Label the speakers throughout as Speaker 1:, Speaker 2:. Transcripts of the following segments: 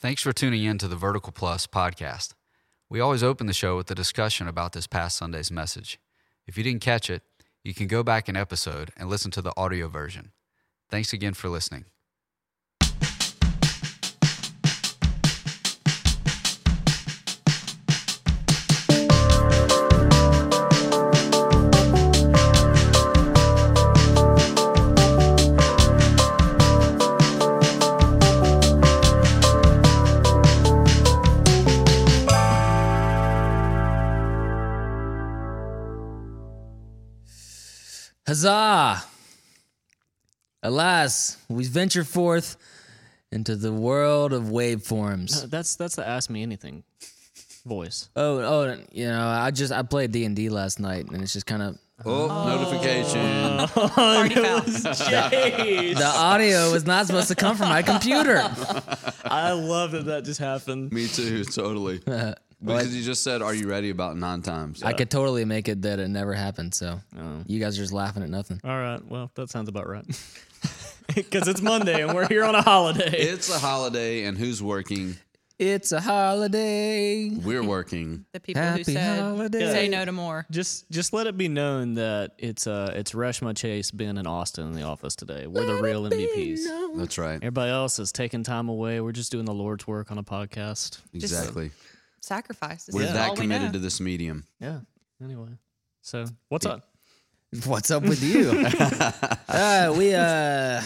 Speaker 1: Thanks for tuning in to the Vertical Plus podcast. We always open the show with a discussion about this past Sunday's message. If you didn't catch it, you can go back an episode and listen to the audio version. Thanks again for listening.
Speaker 2: Huzzah! Alas, we venture forth into the world of waveforms.
Speaker 3: That's that's the ask me anything voice.
Speaker 2: Oh, oh, you know, I just I played D and D last night, and it's just kind of
Speaker 4: Oh, notification.
Speaker 5: Party foul.
Speaker 2: the audio was not supposed to come from my computer.
Speaker 3: I love that that just happened.
Speaker 4: Me too, totally. Because you just said, "Are you ready?" About nine times.
Speaker 2: I could totally make it that it never happened. So
Speaker 3: Oh.
Speaker 2: you guys are just laughing at nothing.
Speaker 3: All right, well that sounds about right. Because it's Monday and we're here on a holiday.
Speaker 4: it's a holiday, and who's working?
Speaker 2: It's a holiday.
Speaker 4: We're working.
Speaker 5: The people
Speaker 2: Happy
Speaker 5: who said
Speaker 2: holidays.
Speaker 5: say no to more.
Speaker 3: Just just let it be known that it's uh it's Reshma Chase, Ben, and Austin in the office today. We're the real MVPs.
Speaker 4: That's right.
Speaker 3: Everybody else is taking time away. We're just doing the Lord's work on a podcast.
Speaker 4: Exactly.
Speaker 5: Sacrifice. This
Speaker 4: We're
Speaker 5: is all
Speaker 4: that
Speaker 5: we know.
Speaker 4: committed to this medium.
Speaker 3: Yeah. Anyway. So what's up?
Speaker 2: What's up with you? uh, we uh,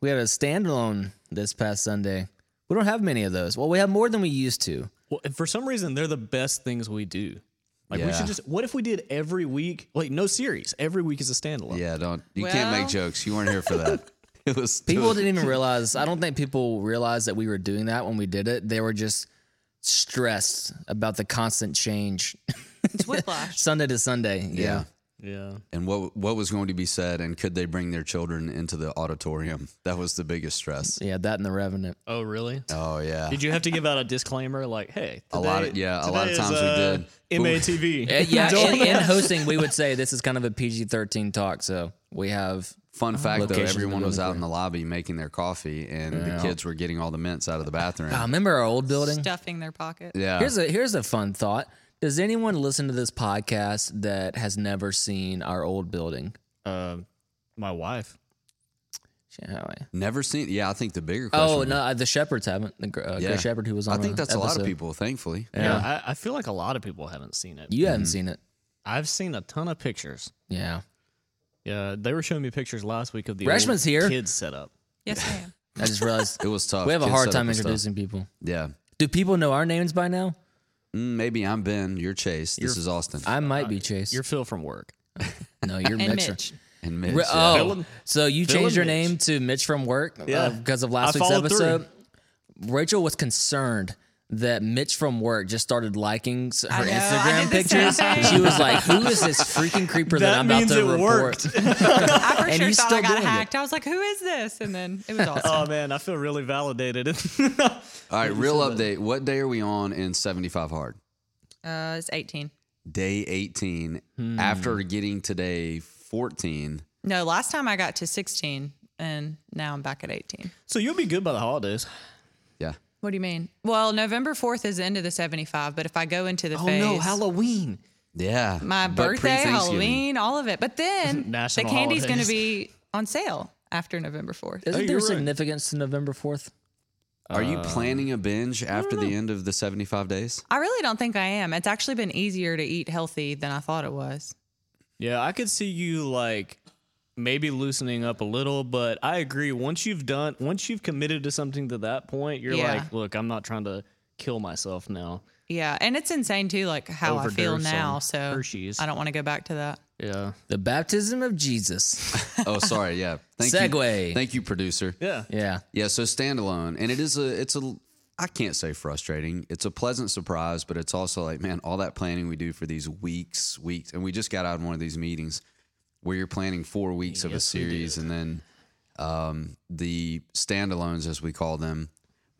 Speaker 2: we had a standalone this past Sunday. We don't have many of those. Well, we have more than we used to.
Speaker 3: Well, and for some reason, they're the best things we do. Like we
Speaker 4: Yeah.
Speaker 3: should just. What if we did every week? Like no series. Every week is a standalone.
Speaker 4: Yeah. Don't. You can't make
Speaker 5: Well-
Speaker 4: jokes. You weren't here for that. it was. it
Speaker 2: People
Speaker 4: was-
Speaker 2: didn't even realize. I don't think people realized that we were doing that when we did it. They were just stressed about the constant change,
Speaker 5: It's whiplash.
Speaker 2: Sunday to Sunday. Yeah.
Speaker 4: Yeah.
Speaker 3: Yeah.
Speaker 4: And what what was going to be said, and could they bring their children into the auditorium? That was the biggest stress.
Speaker 2: Yeah, that and the Revenant.
Speaker 3: Oh really?
Speaker 4: Oh yeah.
Speaker 3: Did you have to give out a disclaimer? Like, hey,
Speaker 4: A lot of-
Speaker 3: today-
Speaker 4: yeah, a lot
Speaker 3: today
Speaker 4: of
Speaker 3: is,
Speaker 4: times we
Speaker 3: uh,
Speaker 4: did.
Speaker 3: MATV.
Speaker 2: Uh, Yeah, in, in hosting, we would say this is kind of a PG 13 talk. So we have,
Speaker 4: Fun fact though,
Speaker 2: Locations
Speaker 4: everyone
Speaker 2: we're
Speaker 4: was
Speaker 2: looking
Speaker 4: out in the lobby making their coffee, and the kids were getting all the mints out of the bathroom.
Speaker 2: uh, remember our old building?
Speaker 5: Stuffing their pocket.
Speaker 4: yeah.
Speaker 2: Here's a here's a fun thought. Does anyone listen to this podcast that has never seen our old building?
Speaker 3: Uh, my wife.
Speaker 2: Shall I-
Speaker 4: Never seen. Yeah, I think the bigger question.
Speaker 2: Oh
Speaker 4: was-
Speaker 2: no, uh, the Shepherds haven't. The Gr- uh,
Speaker 4: Yeah.
Speaker 2: Gray Shepherd who was on.
Speaker 4: I think
Speaker 2: the
Speaker 4: that's a lot of
Speaker 2: episode.
Speaker 4: people. Thankfully,
Speaker 3: Yeah. I, I feel like a lot of people haven't seen it.
Speaker 2: You
Speaker 4: Mm-hmm.
Speaker 2: haven't seen it.
Speaker 3: I've seen a ton of pictures.
Speaker 2: Yeah,
Speaker 3: Yeah, they were showing me pictures last week of the
Speaker 2: Reshma's
Speaker 3: old
Speaker 2: here.
Speaker 3: kids setup.
Speaker 5: Yes, ma'am.
Speaker 2: I just realized
Speaker 4: it was tough.
Speaker 2: we have a
Speaker 4: Kids
Speaker 2: hard
Speaker 4: set
Speaker 2: time
Speaker 4: up and stuff.
Speaker 2: introducing people.
Speaker 4: Yeah,
Speaker 2: Do people know our names by now?
Speaker 4: Mm, maybe I'm Ben. You're Chase. This is Austin
Speaker 2: I might be Chase.
Speaker 3: You're Phil from work.
Speaker 2: no, you're
Speaker 5: And
Speaker 2: Mitch.
Speaker 5: Mitch.
Speaker 4: and Mitch.
Speaker 2: Re-
Speaker 4: yeah.
Speaker 2: oh, so you
Speaker 3: Phil
Speaker 2: changed
Speaker 3: and
Speaker 2: your
Speaker 3: uh, Mitch.
Speaker 2: name to Mitch from work
Speaker 3: Yeah.
Speaker 2: because of
Speaker 3: I
Speaker 2: last week's
Speaker 3: followed through.
Speaker 2: episode. Rachel was concerned that Mitch from work just started liking s- her
Speaker 5: I know, I
Speaker 2: Instagram
Speaker 5: did the same
Speaker 2: pictures.
Speaker 5: thing.
Speaker 2: She was like, "Who is this freaking creeper that,
Speaker 3: That
Speaker 2: I'm about
Speaker 3: means
Speaker 2: to
Speaker 3: it
Speaker 2: report?"
Speaker 3: worked.
Speaker 5: I for
Speaker 2: And
Speaker 5: sure
Speaker 2: he's
Speaker 5: thought
Speaker 2: still
Speaker 5: I got
Speaker 2: doing it.
Speaker 5: hacked. I was like, who is this? And then it was awesome.
Speaker 3: Oh man, I feel really validated.
Speaker 4: All right, real update. What day are we on in 75 hard?
Speaker 5: Uh, it's 18.
Speaker 4: Day 18.
Speaker 2: Hmm.
Speaker 4: After getting today 14.
Speaker 5: No, last time I got to 16, and now I'm back at 18.
Speaker 3: so you'll be good by the holidays.
Speaker 4: Yeah.
Speaker 5: What do you mean? Well, November 4th is the end of the 75, but if I go into the phase,
Speaker 3: Halloween.
Speaker 4: Yeah.
Speaker 5: my
Speaker 4: But
Speaker 5: birthday,
Speaker 4: pre-Thanksgiving.
Speaker 5: Halloween, all of it. But then the
Speaker 3: National
Speaker 5: candy's going to
Speaker 3: holidays.
Speaker 5: be on sale after November 4th.
Speaker 2: Isn't
Speaker 3: Oh,
Speaker 2: there
Speaker 3: you're right.
Speaker 2: significance to November fourth?
Speaker 4: Are you
Speaker 2: Uh,
Speaker 4: planning a binge after the end of the 75 days?
Speaker 5: I really don't think I am. It's actually been easier to eat healthy than I thought it was.
Speaker 3: Yeah, I could see you like maybe loosening up a little, but I agree. Once you've done, once you've committed to something to that point, you're
Speaker 5: Yeah.
Speaker 3: like, look, I'm not trying to kill myself now.
Speaker 5: Yeah, and it's insane too, like how I feel
Speaker 3: Overdose
Speaker 5: now.
Speaker 3: on
Speaker 5: So
Speaker 3: Hershey's.
Speaker 5: I don't want to go back to that.
Speaker 3: Yeah,
Speaker 2: The baptism of Jesus.
Speaker 4: Oh, sorry. Yeah. Thank
Speaker 2: Segue.
Speaker 4: You. Thank you, producer.
Speaker 3: yeah.
Speaker 2: yeah.
Speaker 4: Yeah, so standalone, and it is a it's a I can't say frustrating. It's a pleasant surprise, but it's also like, man, all that planning we do for these weeks, weeks, and we just got out of one of these meetings where you're planning four weeks of a series, and then um, the standalones, as we call them,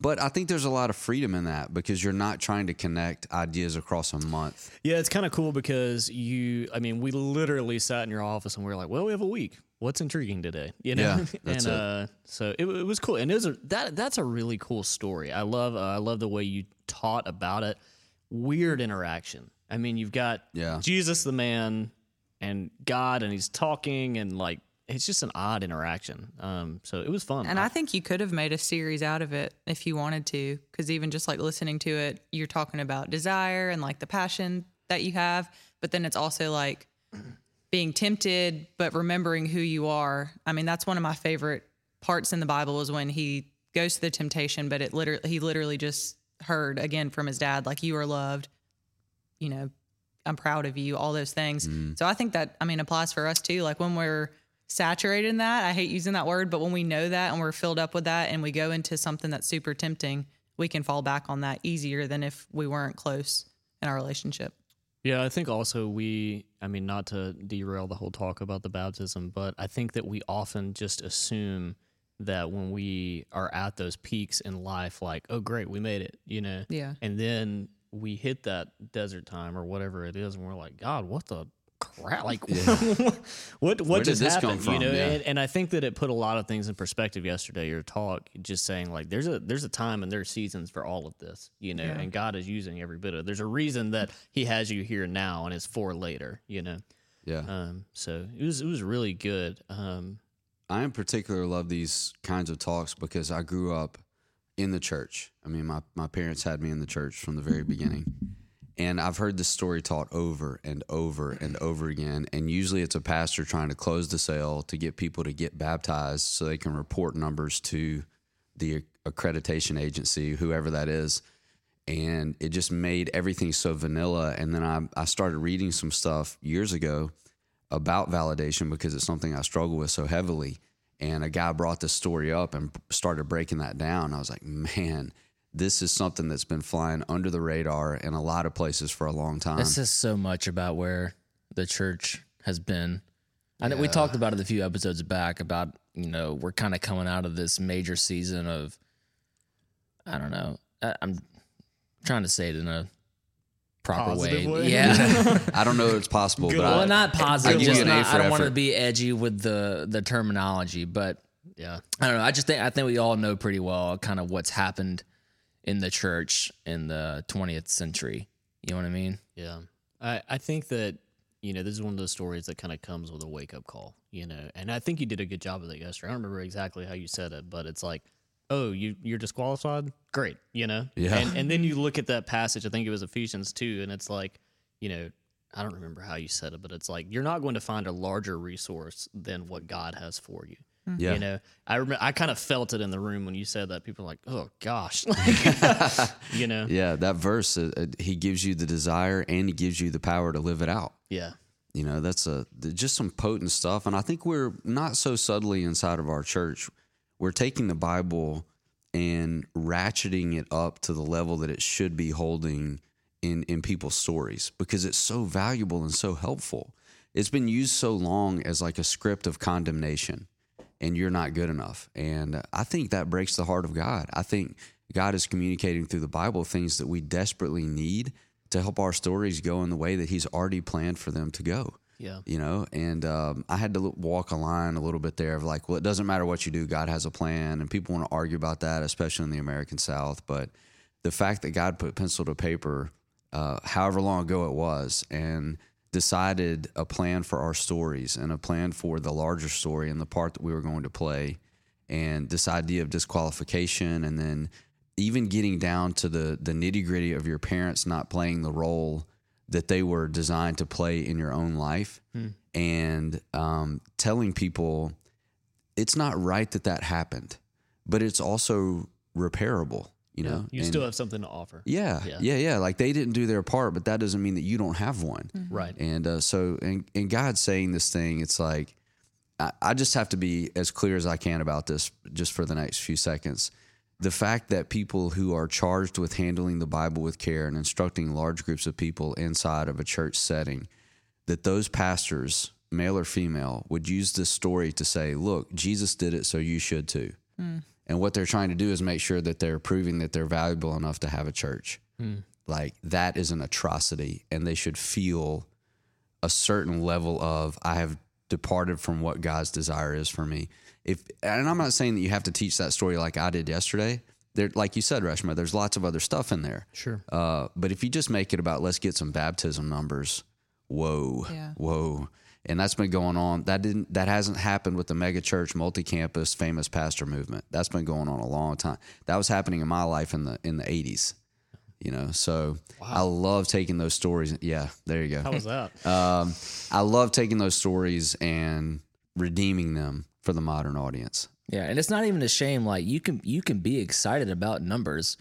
Speaker 4: But I think there's a lot of freedom in that because you're not trying to connect ideas across a month.
Speaker 3: Yeah, it's kind of cool because you, I mean, we literally sat in your office and we were like, well, we have a week. What's intriguing today? You know?
Speaker 4: Yeah, that's
Speaker 3: and
Speaker 4: it.
Speaker 3: uh so it, it was cool. And it was a, that that's a really cool story. I love uh, I love the way you taught about it. Weird interaction. I mean, you've got
Speaker 4: Yeah.
Speaker 3: Jesus the man and God and he's talking and like it's just an odd interaction. Um so it was fun.
Speaker 5: And I think you could have made a series out of it if you wanted to, because even just like listening to it, you're talking about desire and like the passion that you have, but then it's also like being tempted, but remembering who you are. I mean, that's one of my favorite parts in the Bible is when he goes to the temptation, but it literally he literally just heard again from his dad, like you are loved, you know, I'm proud of you, all those things. So I think that I mean applies for us too. Like when we're saturated in that, I hate using that word, but when we know that and we're filled up with that and we go into something that's super tempting, we can fall back on that easier than if we weren't close in our relationship.
Speaker 3: Yeah, I think also we, I mean, not to derail the whole talk about the baptism, but I think that we often just assume that when we are at those peaks in life, like, oh, great, we made it, you know?
Speaker 5: Yeah.
Speaker 3: And then we hit that desert time or whatever it is, and we're like, God, what the crap? Like, what, what
Speaker 4: Where did
Speaker 3: just
Speaker 4: this come
Speaker 3: happened?
Speaker 4: from?
Speaker 3: You know,
Speaker 4: Yeah.
Speaker 3: and, and I think that it put a lot of things in perspective yesterday. Your talk, just saying like, there's a there's a time and there's seasons for all of this, you know, and God is using every bit of. There's a reason that He has you here now, and it's for later, you know.
Speaker 4: Yeah.
Speaker 3: Um, so it was it was really good. Um,
Speaker 4: I in particular love these kinds of talks because I grew up in the church. I mean, my, my parents had me in the church from the very beginning. And I've heard this story taught over and over and over again. And usually it's a pastor trying to close the sale to get people to get baptized so they can report numbers to the accreditation agency, whoever that is. And it just made everything so vanilla. And then I, I started reading some stuff years ago about validation because it's something I struggle with so heavily. And a guy brought this story up and started breaking that down. I was like, man, this is something that's been flying under the radar in a lot of places for a long time.
Speaker 2: It says so much about where the church has been. I know we talked about it a few episodes back about, you know, we're kind of coming out of this major season of, I don't know. I, I'm trying to say it in a proper way.
Speaker 3: Positive way?
Speaker 2: Yeah.
Speaker 4: I don't know if it's possible, but
Speaker 2: well,
Speaker 4: I,
Speaker 2: not
Speaker 4: I
Speaker 2: positive.
Speaker 4: give you
Speaker 2: Just
Speaker 4: an A
Speaker 2: not,
Speaker 4: for
Speaker 2: I don't want to
Speaker 4: effort.
Speaker 2: be edgy with the, the terminology, but
Speaker 3: yeah,
Speaker 2: I don't know. I just think I think we all know pretty well kind of what's happened in the church in the 20th century. You know what I mean?
Speaker 3: Yeah. I, I think that, you know, this is one of those stories that kind of comes with a wake up call, you know, and I think you did a good job of that yesterday. I don't remember exactly how you said it, but it's like, oh, you, you're disqualified? Great, you know?
Speaker 4: Yeah.
Speaker 3: And, and then you look at that passage, I think it was Ephesians 2, and it's like, you know, I don't remember how you said it, but it's like, you're not going to find a larger resource than what God has for you.
Speaker 4: Yeah.
Speaker 3: You know, I remember I kind of felt it in the room when you said that. People are like, "Oh gosh," you know.
Speaker 4: yeah, that verse, uh, uh, he gives you the desire and he gives you the power to live it out.
Speaker 3: Yeah,
Speaker 4: you know that's a th- just some potent stuff and i think we're not so subtly inside of our church we're taking the bible and ratcheting it up to the level that it should be holding in in people's stories because it's so valuable and so helpful it's been used so long as like a script of condemnation and you're not good enough and uh, i think that breaks the heart of god i think god is communicating through the bible things that we desperately need to help our stories go in the way that he's already planned for them to go
Speaker 3: yeah,
Speaker 4: you know and um, i had to l- walk a line a little bit there of like well it doesn't matter what you do god has a plan and people want to argue about that especially in the american south but the fact that god put pencil to paper uh, however long ago it was and decided a plan for our stories and a plan for the larger story and the part that we were going to play and this idea of disqualification and then even getting down to the the nitty gritty of your parents not playing the role that they were designed to play in your own life
Speaker 3: Hmm.
Speaker 4: and um, telling people it's not right that that happened but it's also repairable you know
Speaker 3: you
Speaker 4: And-
Speaker 3: still have something to offer,
Speaker 4: yeah,
Speaker 3: Yeah.
Speaker 4: yeah yeah like they didn't do their part but that doesn't mean that you don't have one
Speaker 3: Mm-hmm. right?
Speaker 4: and uh, so, and, and God saying this thing, it's like, I, I just have to be as clear as I can about this just for the next few seconds. The fact that people who are charged with handling the Bible with care and instructing large groups of people inside of a church setting, that those pastors, male or female, would use this story to say, look, Jesus did it, so you should too. And what they're trying to do is make sure that they're proving that they're valuable enough to have a church. Like that is an atrocity, and they should feel a certain level of I have departed from what God's desire is for me. If and I'm not saying that you have to teach that story like I did yesterday. There, like you said, Rashma, there's lots of other stuff in there.
Speaker 3: Sure.
Speaker 4: Uh, but if you just make it about let's get some baptism numbers, whoa,
Speaker 5: Yeah.
Speaker 4: whoa, and that's been going on. That didn't that hasn't happened with the mega church, multi campus, famous pastor movement. That's been going on a long time. That was happening in my life in the in the eighties. You know, so I love taking those stories. Yeah, there you go.
Speaker 3: How was that?
Speaker 4: Um, I love taking those stories and redeeming them for the modern audience.
Speaker 2: Yeah, and it's not even a shame. Like you can you can be excited about numbers,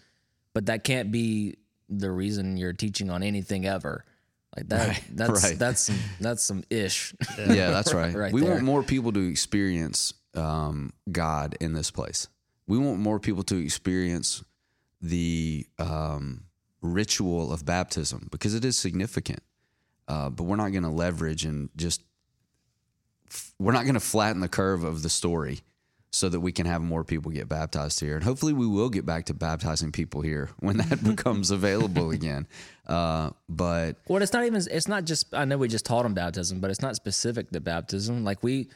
Speaker 2: but that can't be the reason you're teaching on anything ever. Like that.
Speaker 4: Right,
Speaker 2: That's
Speaker 4: right.
Speaker 2: that's some, that's some ish.
Speaker 4: Yeah, that's right.
Speaker 2: Right
Speaker 4: we
Speaker 2: there.
Speaker 4: want more people to experience um, God in this place. We want more people to experience the um, ritual of baptism because it is significant. Uh, but we're not going to leverage and just f- we're not going to flatten the curve of the story so that we can have more people get baptized here and hopefully we will get back to baptizing people here when that becomes available again uh, but
Speaker 2: Well, it's not even. It's not just. I know we just taught them baptism, but it's not specific to baptism. Like we,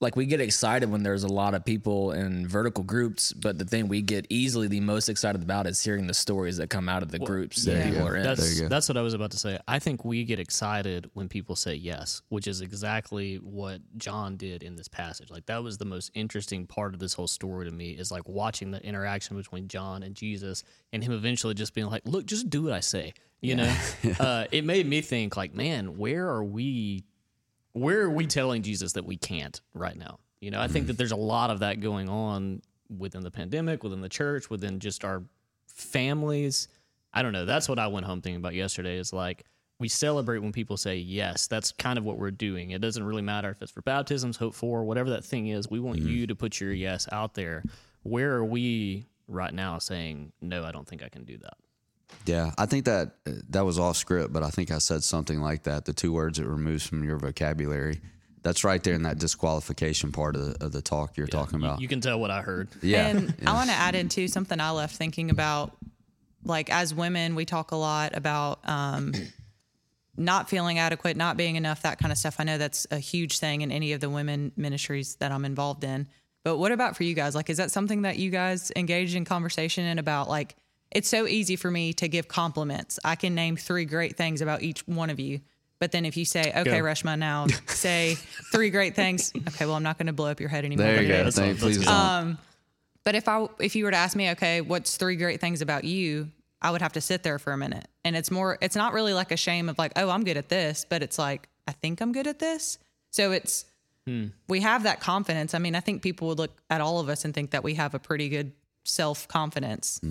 Speaker 2: like we get excited when there's a lot of people in vertical groups. But the thing we get easily the most excited about is hearing the stories that come out of the groups that
Speaker 4: you
Speaker 2: people
Speaker 4: go.
Speaker 2: are in.
Speaker 4: There
Speaker 3: That's
Speaker 4: you go.
Speaker 3: that's what I was about to say. I think we get excited when people say yes, which is exactly what John did in this passage. Like that was the most interesting part of this whole story to me is like watching the interaction between John and Jesus and him eventually just being like, "Look, just do what I say." You know? Uh, it made me think like, "Man, where are we where are we telling Jesus that we can't right now? You know, I think that there's a lot of that going on within the pandemic, within the church, within just our families. I don't know. That's what I went home thinking about yesterday is like we celebrate when people say yes. That's kind of what we're doing. It doesn't really matter if it's for baptisms, hope for, whatever that thing is. We want you to put your yes out there. Where are we right now saying, no, I don't think I can do that?
Speaker 4: Yeah, I think that that was off script, but I think I said something like that. The two words it removes from your vocabulary. That's right there in that disqualification part of the, of the talk you're talking
Speaker 3: You-
Speaker 4: about.
Speaker 3: You can tell what I heard.
Speaker 4: yeah.
Speaker 5: And I want to add into something I left thinking about. Like, as women, we talk a lot about um, not feeling adequate, not being enough, that kind of stuff. I know that's a huge thing in any of the women ministries that I'm involved in. But what about for you guys? Like, is that something that you guys engage in conversation in about? Like, it's so easy for me to give compliments. I can name three great things about each one of you. But then if you say, okay, Reshma, now say three great things. Okay, well, I'm not going to blow up your head anymore.
Speaker 4: there
Speaker 5: but
Speaker 4: you
Speaker 5: it
Speaker 4: go.
Speaker 3: that's Uh,
Speaker 4: Thank,
Speaker 3: all-
Speaker 4: please
Speaker 3: that's
Speaker 4: don't.
Speaker 5: but if I if you were to ask me, okay, what's three great things about you? I would have to sit there for a minute. And it's more it's not really like a shame of like, oh, I'm good at this, but it's like I think I'm good at this. So it's we have that confidence. I mean, I think people would look at all of us and think that we have a pretty good self-confidence.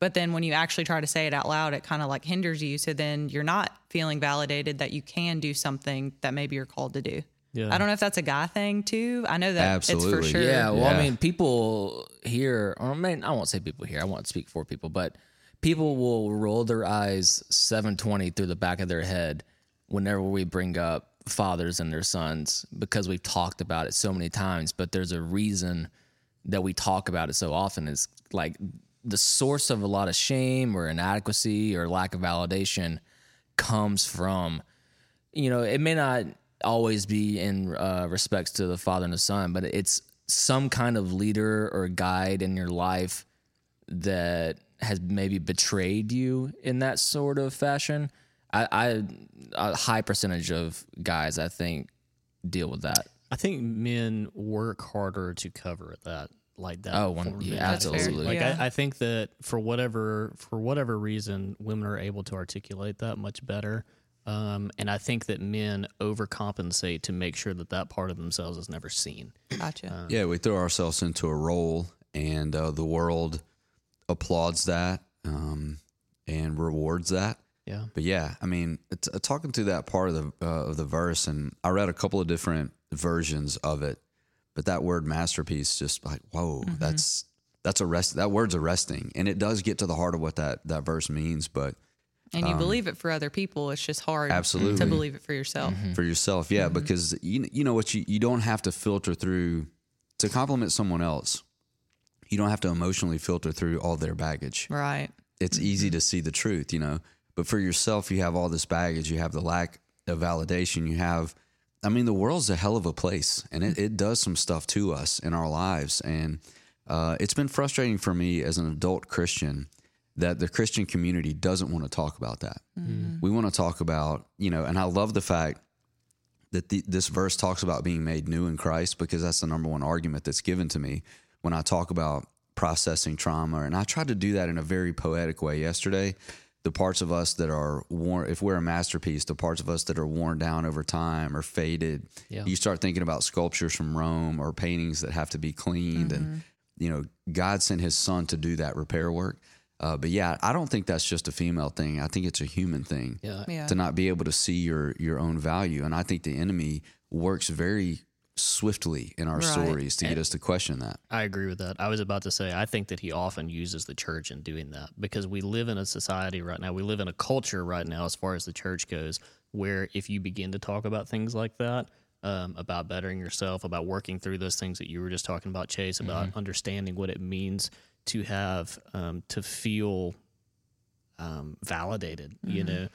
Speaker 5: But then when you actually try to say it out loud, it kind of like hinders you. So then you're not feeling validated that you can do something that maybe you're called to do.
Speaker 3: Yeah.
Speaker 5: I don't know if that's a guy thing too. I know that it's
Speaker 4: Absolutely.
Speaker 5: for sure.
Speaker 2: Yeah, well,
Speaker 4: Yeah.
Speaker 2: I mean, people here, or I mean, I won't say people here. I won't speak for people, but people will roll their eyes 720 through the back of their head whenever we bring up fathers and their sons because we've talked about it so many times. But there's a reason that we talk about it so often is like the source of a lot of shame or inadequacy or lack of validation comes from you know, it may not always be in uh, respects to the father and the son, but it's some kind of leader or guide in your life that has maybe betrayed you in that sort of fashion. I, I a high percentage of guys, I think, deal with that.
Speaker 3: I think men work harder to cover that, like that.
Speaker 2: Oh, one-
Speaker 3: form of
Speaker 2: yeah,
Speaker 3: mentality.
Speaker 2: absolutely.
Speaker 3: Like
Speaker 5: Yeah.
Speaker 3: I, I think that for whatever for whatever reason, women are able to articulate that much better, um, and I think that men overcompensate to make sure that that part of themselves is never seen.
Speaker 5: Gotcha.
Speaker 4: Yeah, we throw ourselves into a role, and uh, the world applauds that um, and rewards that.
Speaker 3: Yeah.
Speaker 4: But yeah, I mean, it's, uh, talking through that part of the uh, of the verse, and I read a couple of different versions of it, but that word masterpiece just like whoa, that's that's arrest that word's arresting, and it does get to the heart of what that that verse means. But
Speaker 5: and you believe it for other people it's just hard
Speaker 4: Absolutely. Mm-hmm.
Speaker 5: to believe it for yourself
Speaker 4: for yourself. Yeah, because you you know what you you don't have to filter through to compliment someone else. you don't have to emotionally filter through all their baggage
Speaker 5: Right.
Speaker 4: it's easy to see the truth, you know. But for yourself, you have all this baggage, you have the lack of validation, you have, I mean, the world's a hell of a place and it, it does some stuff to us in our lives. And uh, it's been frustrating for me as an adult Christian that the Christian community doesn't want to talk about that. We want to talk about, you know, and I love the fact that the, this verse talks about being made new in Christ because that's the number one argument that's given to me when I talk about processing trauma. And I tried to do that in a very poetic way yesterday. The parts of us that are worn, if we're a masterpiece, the parts of us that are worn down over time or faded, you start thinking about sculptures from Rome or paintings that have to be cleaned. And, you know, God sent his son to do that repair work. Uh, but yeah, I don't think that's just a female thing. I think it's a human thing
Speaker 5: Yeah.
Speaker 4: to not be able to see your your own value. And I think the enemy works very swiftly in our
Speaker 5: Right.
Speaker 4: stories to get us to question that.
Speaker 3: I agree with that. I was about to say, I think that he often uses the church in doing that because we live in a society right now, we live in a culture right now, as far as the church goes, where if you begin to talk about things like that, um, about bettering yourself, about working through those things that you were just talking about, Chase, about understanding what it means to have, um, to feel um, validated. You know,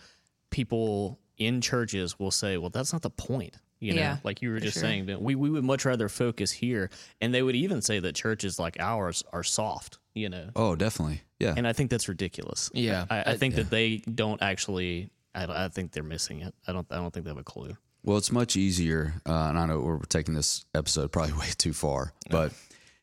Speaker 3: people in churches will say, "Well, that's not the point." You know,
Speaker 5: Yeah,
Speaker 3: like you were just
Speaker 5: sure.
Speaker 3: saying, that we we would much rather focus here, and they would even say that churches like ours are soft. You know,
Speaker 4: Oh, definitely. Yeah.
Speaker 3: and I think that's ridiculous.
Speaker 2: Yeah.
Speaker 3: I, I think that they don't actually. I, don't- I think they're missing it. I don't. I don't think they have a clue.
Speaker 4: Well, it's much easier, uh, and I know we're taking this episode probably way too far, but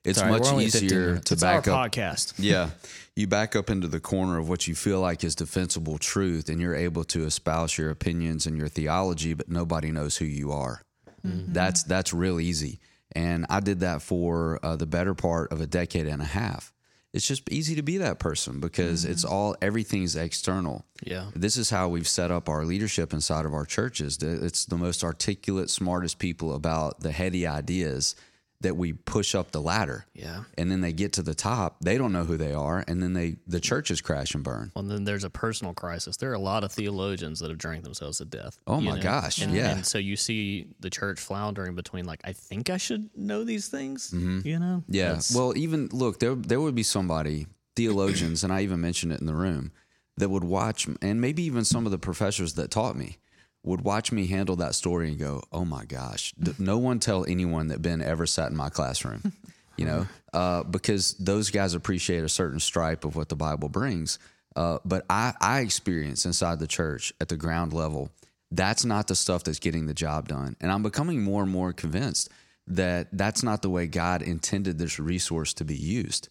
Speaker 4: it's
Speaker 2: Sorry, we're
Speaker 4: much
Speaker 2: only at 15
Speaker 4: easier
Speaker 2: minutes.
Speaker 4: to
Speaker 3: It's
Speaker 4: back
Speaker 3: our
Speaker 4: up.
Speaker 3: podcast.
Speaker 4: Yeah, you back up into the corner of what you feel like is defensible truth, and you're able to espouse your opinions and your theology, but nobody knows who you are. That's that's real easy, and I did that for uh, the better part of a decade and a half. It's just easy to be that person because it's all everything's external
Speaker 3: Yeah.
Speaker 4: this is how we've set up our leadership inside of our churches. Th- It's the most articulate, smartest people about the heady ideas that we push up the ladder.
Speaker 3: Yeah.
Speaker 4: And then they get to the top, they don't know who they are, and then they the churches crash and burn.
Speaker 3: Well, and then there's a personal crisis. There are a lot of theologians that have drank themselves to death.
Speaker 4: Oh
Speaker 3: you
Speaker 4: my
Speaker 3: know?
Speaker 4: gosh. Yeah.
Speaker 3: And so you see the church floundering between like, I think I should know these things, you know?
Speaker 4: Mm-hmm. Yeah.
Speaker 3: That's-
Speaker 4: Well, even look, there there would be somebody theologians, and I even mentioned it in the room, that would watch, and maybe even some of the professors that taught me would watch me handle that story and go, "Oh my gosh, th- no one tell anyone that Ben ever sat in my classroom," you know, uh, because those guys appreciate a certain stripe of what the Bible brings. Uh, but I, I experience inside the church at the ground level that's not the stuff that's getting the job done. And I'm becoming more and more convinced that that's not the way God intended this resource to be used.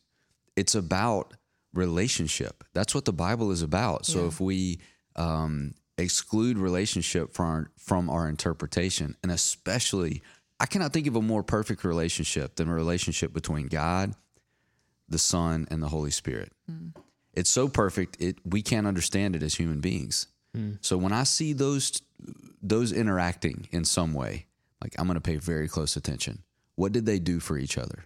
Speaker 4: It's about relationship. That's what the Bible is about. So if we um, exclude relationship from our, from our interpretation, and especially, I cannot think of a more perfect relationship than a relationship between God, the Son, and the Holy Spirit. It's so perfect, it we can't understand it as human beings. So when I see those those interacting in some way, like I'm going to pay very close attention. What did they do for each other,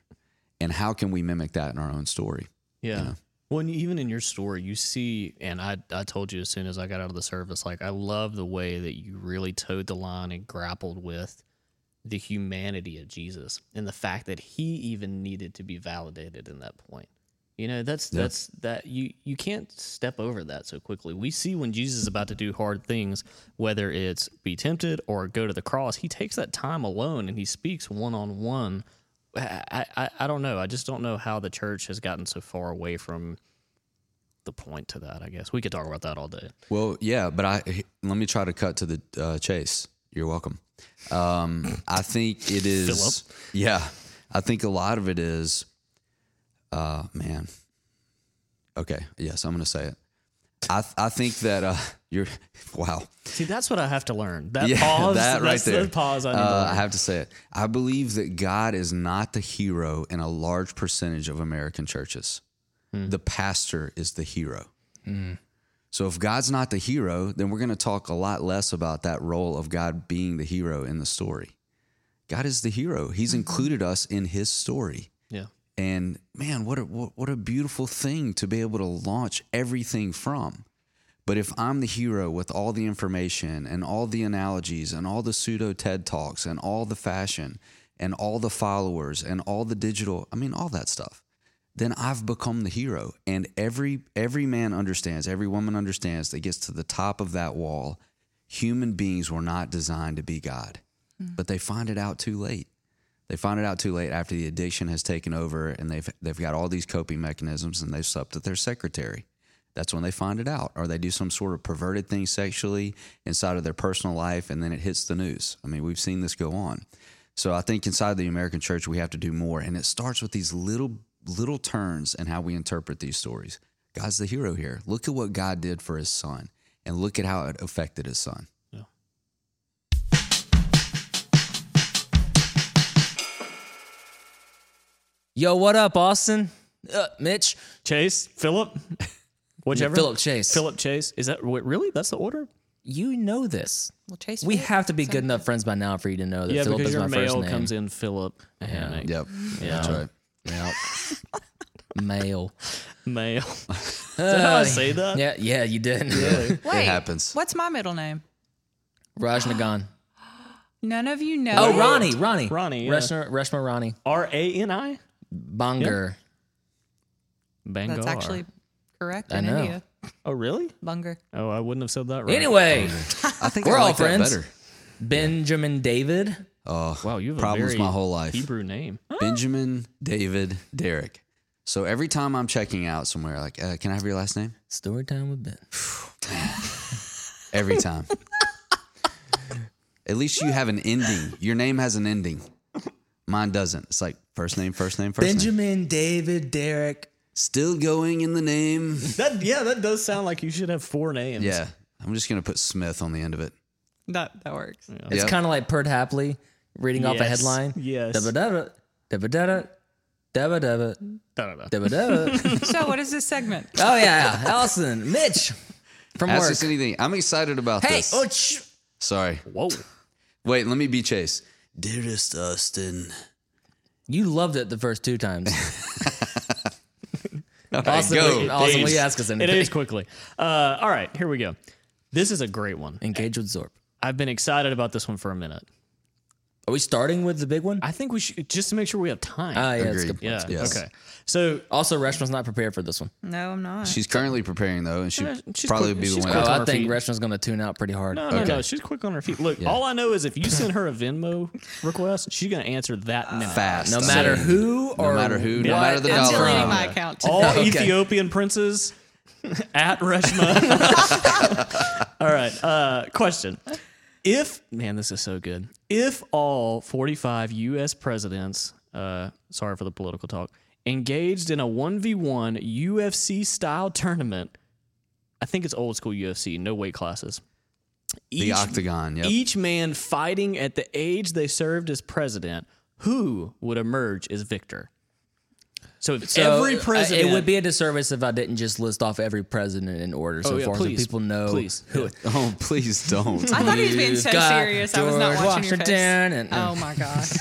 Speaker 4: and how can we mimic that in our own story?
Speaker 3: Yeah. Well, and even in your story, you see, and I, I told you as soon as I got out of the service, like, I love the way that you really towed the line and grappled with the humanity of Jesus and the fact that he even needed to be validated in that point. You know, that's that's that you you can't step over that so quickly. We see when Jesus is about to do hard things, whether it's be tempted or go to the cross, he takes that time alone and he speaks one on one. I, I I don't know. I just don't know how the church has gotten so far away from the point to that. I guess we could talk about that all day.
Speaker 4: Well, yeah, but I let me try to cut to the uh, chase. You're welcome. Um, I think it is. Yeah, I think a lot of it is. Uh, man. Okay. Yes, I'm going to say it. I th- I think that uh, you're. Wow.
Speaker 3: See, that's what I have to learn. That
Speaker 4: Yeah,
Speaker 3: pause.
Speaker 4: that right
Speaker 3: that's the
Speaker 4: there.
Speaker 3: pause. I need to
Speaker 4: Uh,
Speaker 3: learn.
Speaker 4: I have to say it. I believe that God is not the hero in a large percentage of American churches.
Speaker 3: Hmm.
Speaker 4: The pastor is the hero. So if God's not the hero, then we're going to talk a lot less about that role of God being the hero in the story. God is the hero.
Speaker 3: Mm-hmm.
Speaker 4: He's included us in his story.
Speaker 3: yeah.
Speaker 4: And man, what a what, what a beautiful thing to be able to launch everything from. But if I'm the hero with all the information and all the analogies and all the pseudo TED talks and all the fashion and all the followers and all the digital, I mean all that stuff, then I've become the hero. And every every man understands, every woman understands that gets to the top of that wall, human beings were not designed to be God. But they find it out too late. They find it out too late after the addiction has taken over and they've they've got all these coping mechanisms and they've slept with their secretary. That's when they find it out. Or they do some sort of perverted thing sexually inside of their personal life and then it hits the news. I mean, we've seen this go on. So I think inside the American church we have to do more and it starts with these little little turns in how we interpret these stories. God's the hero here. Look at what God did for his son and look at how it affected his son.
Speaker 2: Yo, what up, Austin? Uh, Mitch?
Speaker 3: Chase, Philip, whichever.
Speaker 2: Philip Chase.
Speaker 3: Philip Chase. Is that wait, really? That's the order?
Speaker 2: You know this.
Speaker 5: Well, Chase.
Speaker 2: We
Speaker 5: Phillips,
Speaker 2: have to be good
Speaker 5: something.
Speaker 2: enough friends by now for you to know that
Speaker 3: yeah,
Speaker 2: Philip is
Speaker 3: because your
Speaker 2: my first
Speaker 3: mail
Speaker 2: name.
Speaker 3: comes in Philip. Hammack.
Speaker 4: Yep.
Speaker 3: Mm-hmm.
Speaker 4: That's right.
Speaker 2: Yep. Mail.
Speaker 3: Mail. Did I say that?
Speaker 2: Yeah, yeah, you did.
Speaker 5: Wait,
Speaker 4: happens.
Speaker 5: What's my middle name?
Speaker 2: Raj Nagan.
Speaker 5: None of you know.
Speaker 2: Oh,
Speaker 5: it.
Speaker 2: Ronnie, Ronnie.
Speaker 3: Ronnie, yeah.
Speaker 2: Reshma, Reshma Ronnie.
Speaker 3: R A N I?
Speaker 2: Banger.
Speaker 3: Bangar.
Speaker 5: That's actually correct
Speaker 2: I
Speaker 5: in
Speaker 2: know.
Speaker 5: India.
Speaker 3: Oh, really?
Speaker 5: Bunger.
Speaker 3: Oh, I wouldn't have said that right.
Speaker 2: Anyway,
Speaker 4: I think
Speaker 2: We're
Speaker 4: I
Speaker 2: all
Speaker 4: like that
Speaker 2: friends.
Speaker 4: better.
Speaker 2: Benjamin David.
Speaker 4: Oh,
Speaker 3: Wow, you have
Speaker 4: problems
Speaker 3: a very
Speaker 4: my whole life.
Speaker 3: Hebrew name.
Speaker 4: Benjamin, David, Derek. So every time I'm checking out somewhere, like, uh, can I have your last name?
Speaker 2: Story time with Ben.
Speaker 4: Every time. At least you have an ending. Your name has an ending. Mine doesn't. It's like first name, first name, first name.
Speaker 2: Benjamin David Derek.
Speaker 4: Still going in the name.
Speaker 3: That yeah, that does sound like you should have four names.
Speaker 4: Yeah. I'm just going to put Smith on the end of it.
Speaker 5: That that works.
Speaker 2: It's
Speaker 4: Yep.
Speaker 2: kind of like Perd Hapley reading off a
Speaker 3: Yes,
Speaker 2: headline.
Speaker 3: yes.
Speaker 2: Dabba-dabba, dabba-dabba, dabba-dabba,
Speaker 3: Da-da-da.
Speaker 2: dabba-dabba.
Speaker 5: so what is this segment?
Speaker 2: oh, yeah. Allison, Mitch from
Speaker 4: Ask
Speaker 2: work.
Speaker 4: us anything. I'm excited about
Speaker 2: Hey,
Speaker 4: this.
Speaker 2: oh, sh-
Speaker 4: Sorry.
Speaker 3: Whoa.
Speaker 4: Wait, let me be Chase. Dearest Austin.
Speaker 2: you loved it the first two times. Austin,
Speaker 4: go.
Speaker 2: we- Austin, will
Speaker 3: Please.
Speaker 2: you ask us
Speaker 3: It
Speaker 2: anything?
Speaker 3: is quickly. Uh, all right, here we go. This is a great one.
Speaker 2: Engage with Zorp.
Speaker 3: I've been excited about this one for a minute.
Speaker 2: Are we starting with the big one?
Speaker 3: I think we should just to make sure we have time.
Speaker 2: Ah, yeah, that's
Speaker 4: Agreed.
Speaker 2: good.
Speaker 3: yeah.
Speaker 4: yes.
Speaker 3: Okay. So
Speaker 2: Also, Reshma's not prepared for this one.
Speaker 5: No, I'm not.
Speaker 4: She's currently preparing though, and she
Speaker 3: Yeah, she's
Speaker 4: probably
Speaker 3: quick-
Speaker 4: be the
Speaker 3: she's
Speaker 4: one.
Speaker 3: quick.
Speaker 2: Oh,
Speaker 3: on
Speaker 2: I
Speaker 3: her
Speaker 2: think
Speaker 3: feet.
Speaker 2: Reshma's going to tune out pretty hard.
Speaker 3: no, no, no. She's quick on her feet. Look, all I know is if you send her a Venmo request, she's gonna answer that minute.
Speaker 4: Uh, fast.
Speaker 2: No matter who or
Speaker 4: no matter who, no
Speaker 3: Yeah.
Speaker 4: matter the
Speaker 5: I'm
Speaker 4: dollar.
Speaker 5: deleting
Speaker 4: amount.
Speaker 5: my account.
Speaker 3: All
Speaker 2: Okay.
Speaker 3: Ethiopian princes at Reshma. all right. Uh, question. If, man, this is so good. If all 45 U.S. presidents, uh, sorry for the political talk, engaged in a 1v1 UFC style tournament, I think it's old school UFC, no weight classes.
Speaker 4: The
Speaker 3: Each-
Speaker 4: octagon. Yep.
Speaker 3: Each man fighting at the age they served as president, who would emerge as victor? So if
Speaker 2: So,
Speaker 3: every
Speaker 2: uh,
Speaker 3: president,
Speaker 2: It would be a disservice if I didn't just list off every president in order, so
Speaker 3: Oh, yeah,
Speaker 2: far
Speaker 3: please,
Speaker 2: so people know
Speaker 3: please.
Speaker 2: who.
Speaker 4: Oh, please don't.
Speaker 5: I thought he was being so
Speaker 2: You've got
Speaker 5: serious. I was not
Speaker 2: George
Speaker 5: watching your face.
Speaker 2: Washington and-
Speaker 5: oh my gosh.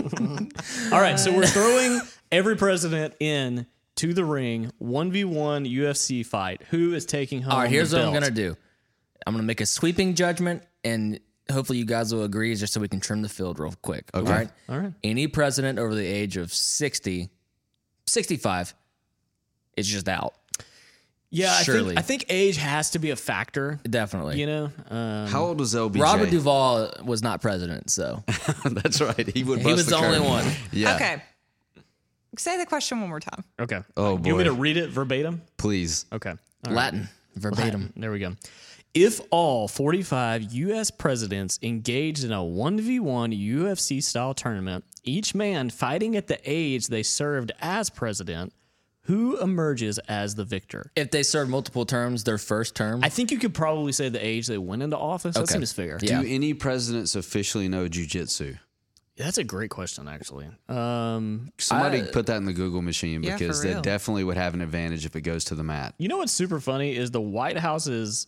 Speaker 3: All right, so we're throwing every president in to the ring, one v one UFC fight. Who is taking home?
Speaker 2: All right, here's
Speaker 3: the
Speaker 2: what
Speaker 3: belt?
Speaker 2: I'm gonna do. I'm gonna make a sweeping judgment, and hopefully you guys will agree, just so we can trim the field real quick. All right.
Speaker 3: All right.
Speaker 2: Any president over the age of 60, 65 is just out.
Speaker 3: Yeah, I
Speaker 2: Surely.
Speaker 3: think I think age has to be a factor.
Speaker 2: Definitely.
Speaker 3: You know, um,
Speaker 4: How old was LBJ?
Speaker 2: Robert Duvall was not president, so
Speaker 4: That's right. He would.
Speaker 2: he
Speaker 4: bust
Speaker 2: was the only
Speaker 4: curve.
Speaker 2: one.
Speaker 4: Yeah.
Speaker 5: Okay. Say the question one more time.
Speaker 3: okay. You
Speaker 4: Oh,
Speaker 3: want me
Speaker 4: boy.
Speaker 3: to read it verbatim?
Speaker 4: Please.
Speaker 3: Okay. All right.
Speaker 2: Latin, verbatim.
Speaker 3: There we go. If all 45 U.S. presidents engaged in a 1v1 UFC style tournament, each man fighting at the age they served as president, who emerges as the victor?
Speaker 2: If they serve multiple terms, their first term.
Speaker 3: I think you could probably say the age they went into office. That
Speaker 2: Okay.
Speaker 3: seems fair.
Speaker 2: Yeah.
Speaker 4: Do any presidents officially know jujitsu?
Speaker 3: That's a great question, actually. Um,
Speaker 4: Somebody put that in the Google machine
Speaker 5: Yeah, for
Speaker 4: because they
Speaker 5: real.
Speaker 4: definitely would have an advantage if it goes to the mat.
Speaker 3: you know what's super funny is the White House's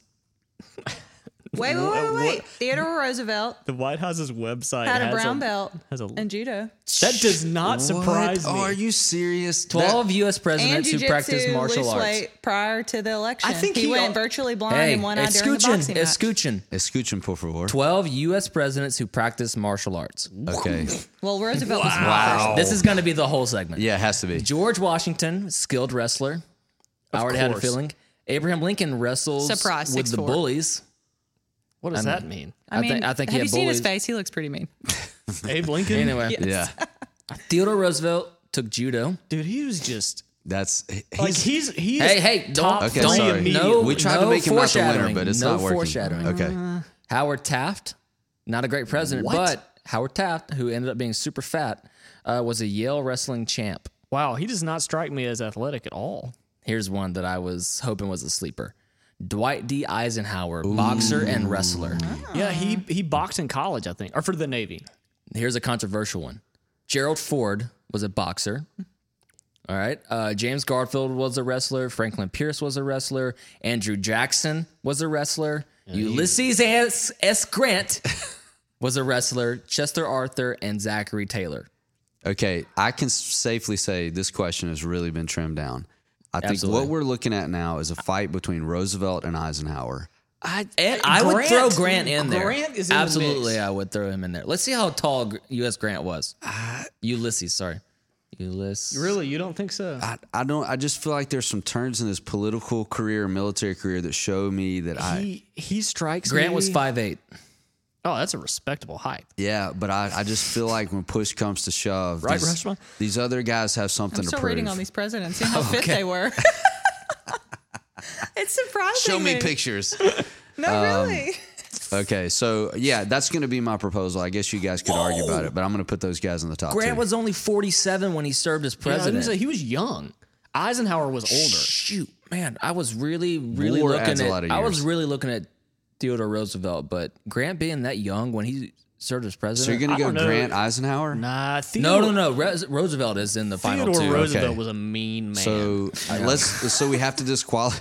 Speaker 5: Wait, wait,
Speaker 3: Wha-
Speaker 5: wait,
Speaker 3: what-
Speaker 5: wait. Theodore Roosevelt
Speaker 3: The White House's website
Speaker 5: had a
Speaker 3: has
Speaker 5: brown belt
Speaker 3: has a-
Speaker 5: in judo.
Speaker 3: That does not surprise
Speaker 4: What?
Speaker 3: me.
Speaker 4: Are you serious? That-
Speaker 2: 12 U.S.
Speaker 5: And
Speaker 2: presidents who
Speaker 5: jujitsu,
Speaker 2: practice martial
Speaker 5: loose
Speaker 2: arts.
Speaker 5: weight prior to the election.
Speaker 2: I think
Speaker 5: he,
Speaker 2: he
Speaker 5: went
Speaker 2: al-
Speaker 5: virtually blind
Speaker 2: Hey,
Speaker 5: and one eye
Speaker 2: it's
Speaker 5: during the boxing
Speaker 2: scooching. It's
Speaker 5: match.
Speaker 2: scooching.
Speaker 4: Escuchen, por favor.
Speaker 2: 12 U.S. presidents who practice martial arts.
Speaker 4: Okay.
Speaker 5: well, Roosevelt was one.
Speaker 4: Wow.
Speaker 2: This is going to be the whole segment.
Speaker 4: Yeah, it has to be.
Speaker 2: George Washington, skilled wrestler. I already had a
Speaker 3: course.
Speaker 2: feeling. Abraham Lincoln wrestles
Speaker 5: Surprise,
Speaker 2: with the
Speaker 5: 6'4".
Speaker 2: bullies.
Speaker 3: what does
Speaker 2: I
Speaker 3: that mean?
Speaker 5: I mean,
Speaker 2: think, I think he
Speaker 5: have you
Speaker 2: had
Speaker 5: seen
Speaker 2: bullies.
Speaker 5: his face? He looks pretty mean.
Speaker 3: Abe Lincoln?
Speaker 2: Anyway,
Speaker 4: Yeah.
Speaker 2: Theodore Roosevelt took judo.
Speaker 3: Dude, he was just
Speaker 4: That's he-
Speaker 3: like
Speaker 4: he's
Speaker 3: he's he's
Speaker 2: Hey, hey, don't,
Speaker 3: top
Speaker 4: Okay,
Speaker 2: don't,
Speaker 4: sorry.
Speaker 2: no,
Speaker 4: we tried
Speaker 2: no
Speaker 4: to make him not the winner,
Speaker 2: foreshadowing.
Speaker 4: but it's
Speaker 2: no
Speaker 4: not working.
Speaker 2: foreshadowing.
Speaker 4: Okay.
Speaker 2: Howard Taft, not a great president, but Howard Taft, who ended up being super fat, uh, was a Yale wrestling champ.
Speaker 3: wow, he does not strike me as athletic at all.
Speaker 2: Here's one that I was hoping was a sleeper. Dwight D. Eisenhower, boxer and wrestler.
Speaker 3: Yeah, he he boxed in college, I think, or for the Navy.
Speaker 2: Here's a controversial one. Gerald Ford was a boxer. All right. Uh, James Garfield was a wrestler. Franklin Pierce was a wrestler. Andrew Jackson was a wrestler. Ulysses S. S. Grant was a wrestler. Chester Arthur and Zachary Taylor.
Speaker 4: Okay. I can s- safely say this question has really been trimmed down. I think
Speaker 2: Absolutely.
Speaker 4: what we're looking at now is a fight between Roosevelt and Eisenhower.
Speaker 2: I, and I would
Speaker 3: Grant-
Speaker 2: throw Grant in there.
Speaker 3: Grant is in the
Speaker 2: absolutely.
Speaker 3: mix.
Speaker 2: I would throw him in there. Let's see how tall Gr- U.S. Grant was. Ulysses, sorry, Ulysses.
Speaker 3: Really, you don't think so?
Speaker 4: I, I don't. I just feel like there's some turns in his political career, military career, that show me that I.
Speaker 3: he he strikes.
Speaker 2: Grant was
Speaker 3: me-
Speaker 2: five eight.
Speaker 3: Oh, that's a respectable height.
Speaker 4: Yeah, but I, I just feel like when push comes to shove,
Speaker 3: Right,
Speaker 4: these,
Speaker 3: Rushma?
Speaker 4: these other guys have something
Speaker 5: I'm
Speaker 4: to
Speaker 5: still
Speaker 4: prove.
Speaker 5: reading on these presidents, seeing how fit they were. it's surprising.
Speaker 4: Show me pictures.
Speaker 5: No, really.
Speaker 4: okay, so yeah, that's going to be my proposal. I guess you guys could argue about it, but I'm going to put those guys in the top.
Speaker 2: Grant
Speaker 4: two.
Speaker 2: was only forty seven when he served as
Speaker 3: Yeah, I was gonna
Speaker 2: president.
Speaker 3: say, he was young. Eisenhower was older.
Speaker 2: Shoot, man, I was really, really
Speaker 4: War adds
Speaker 2: looking
Speaker 4: a
Speaker 2: at.
Speaker 4: lot of
Speaker 2: I was
Speaker 4: years.
Speaker 2: really looking at Theodore Roosevelt, but Grant being that young when he served as
Speaker 4: So you're
Speaker 2: president.
Speaker 4: going
Speaker 3: I
Speaker 4: to go
Speaker 3: don't know.
Speaker 4: Grant Eisenhower?
Speaker 3: Nah,
Speaker 2: no,
Speaker 3: Uh, Theodore,
Speaker 2: no, no. Re- Roosevelt is in the final
Speaker 3: Theodore
Speaker 2: two.
Speaker 3: Roosevelt
Speaker 4: okay.
Speaker 3: was a mean man.
Speaker 4: So uh, let's. So we have to disqualify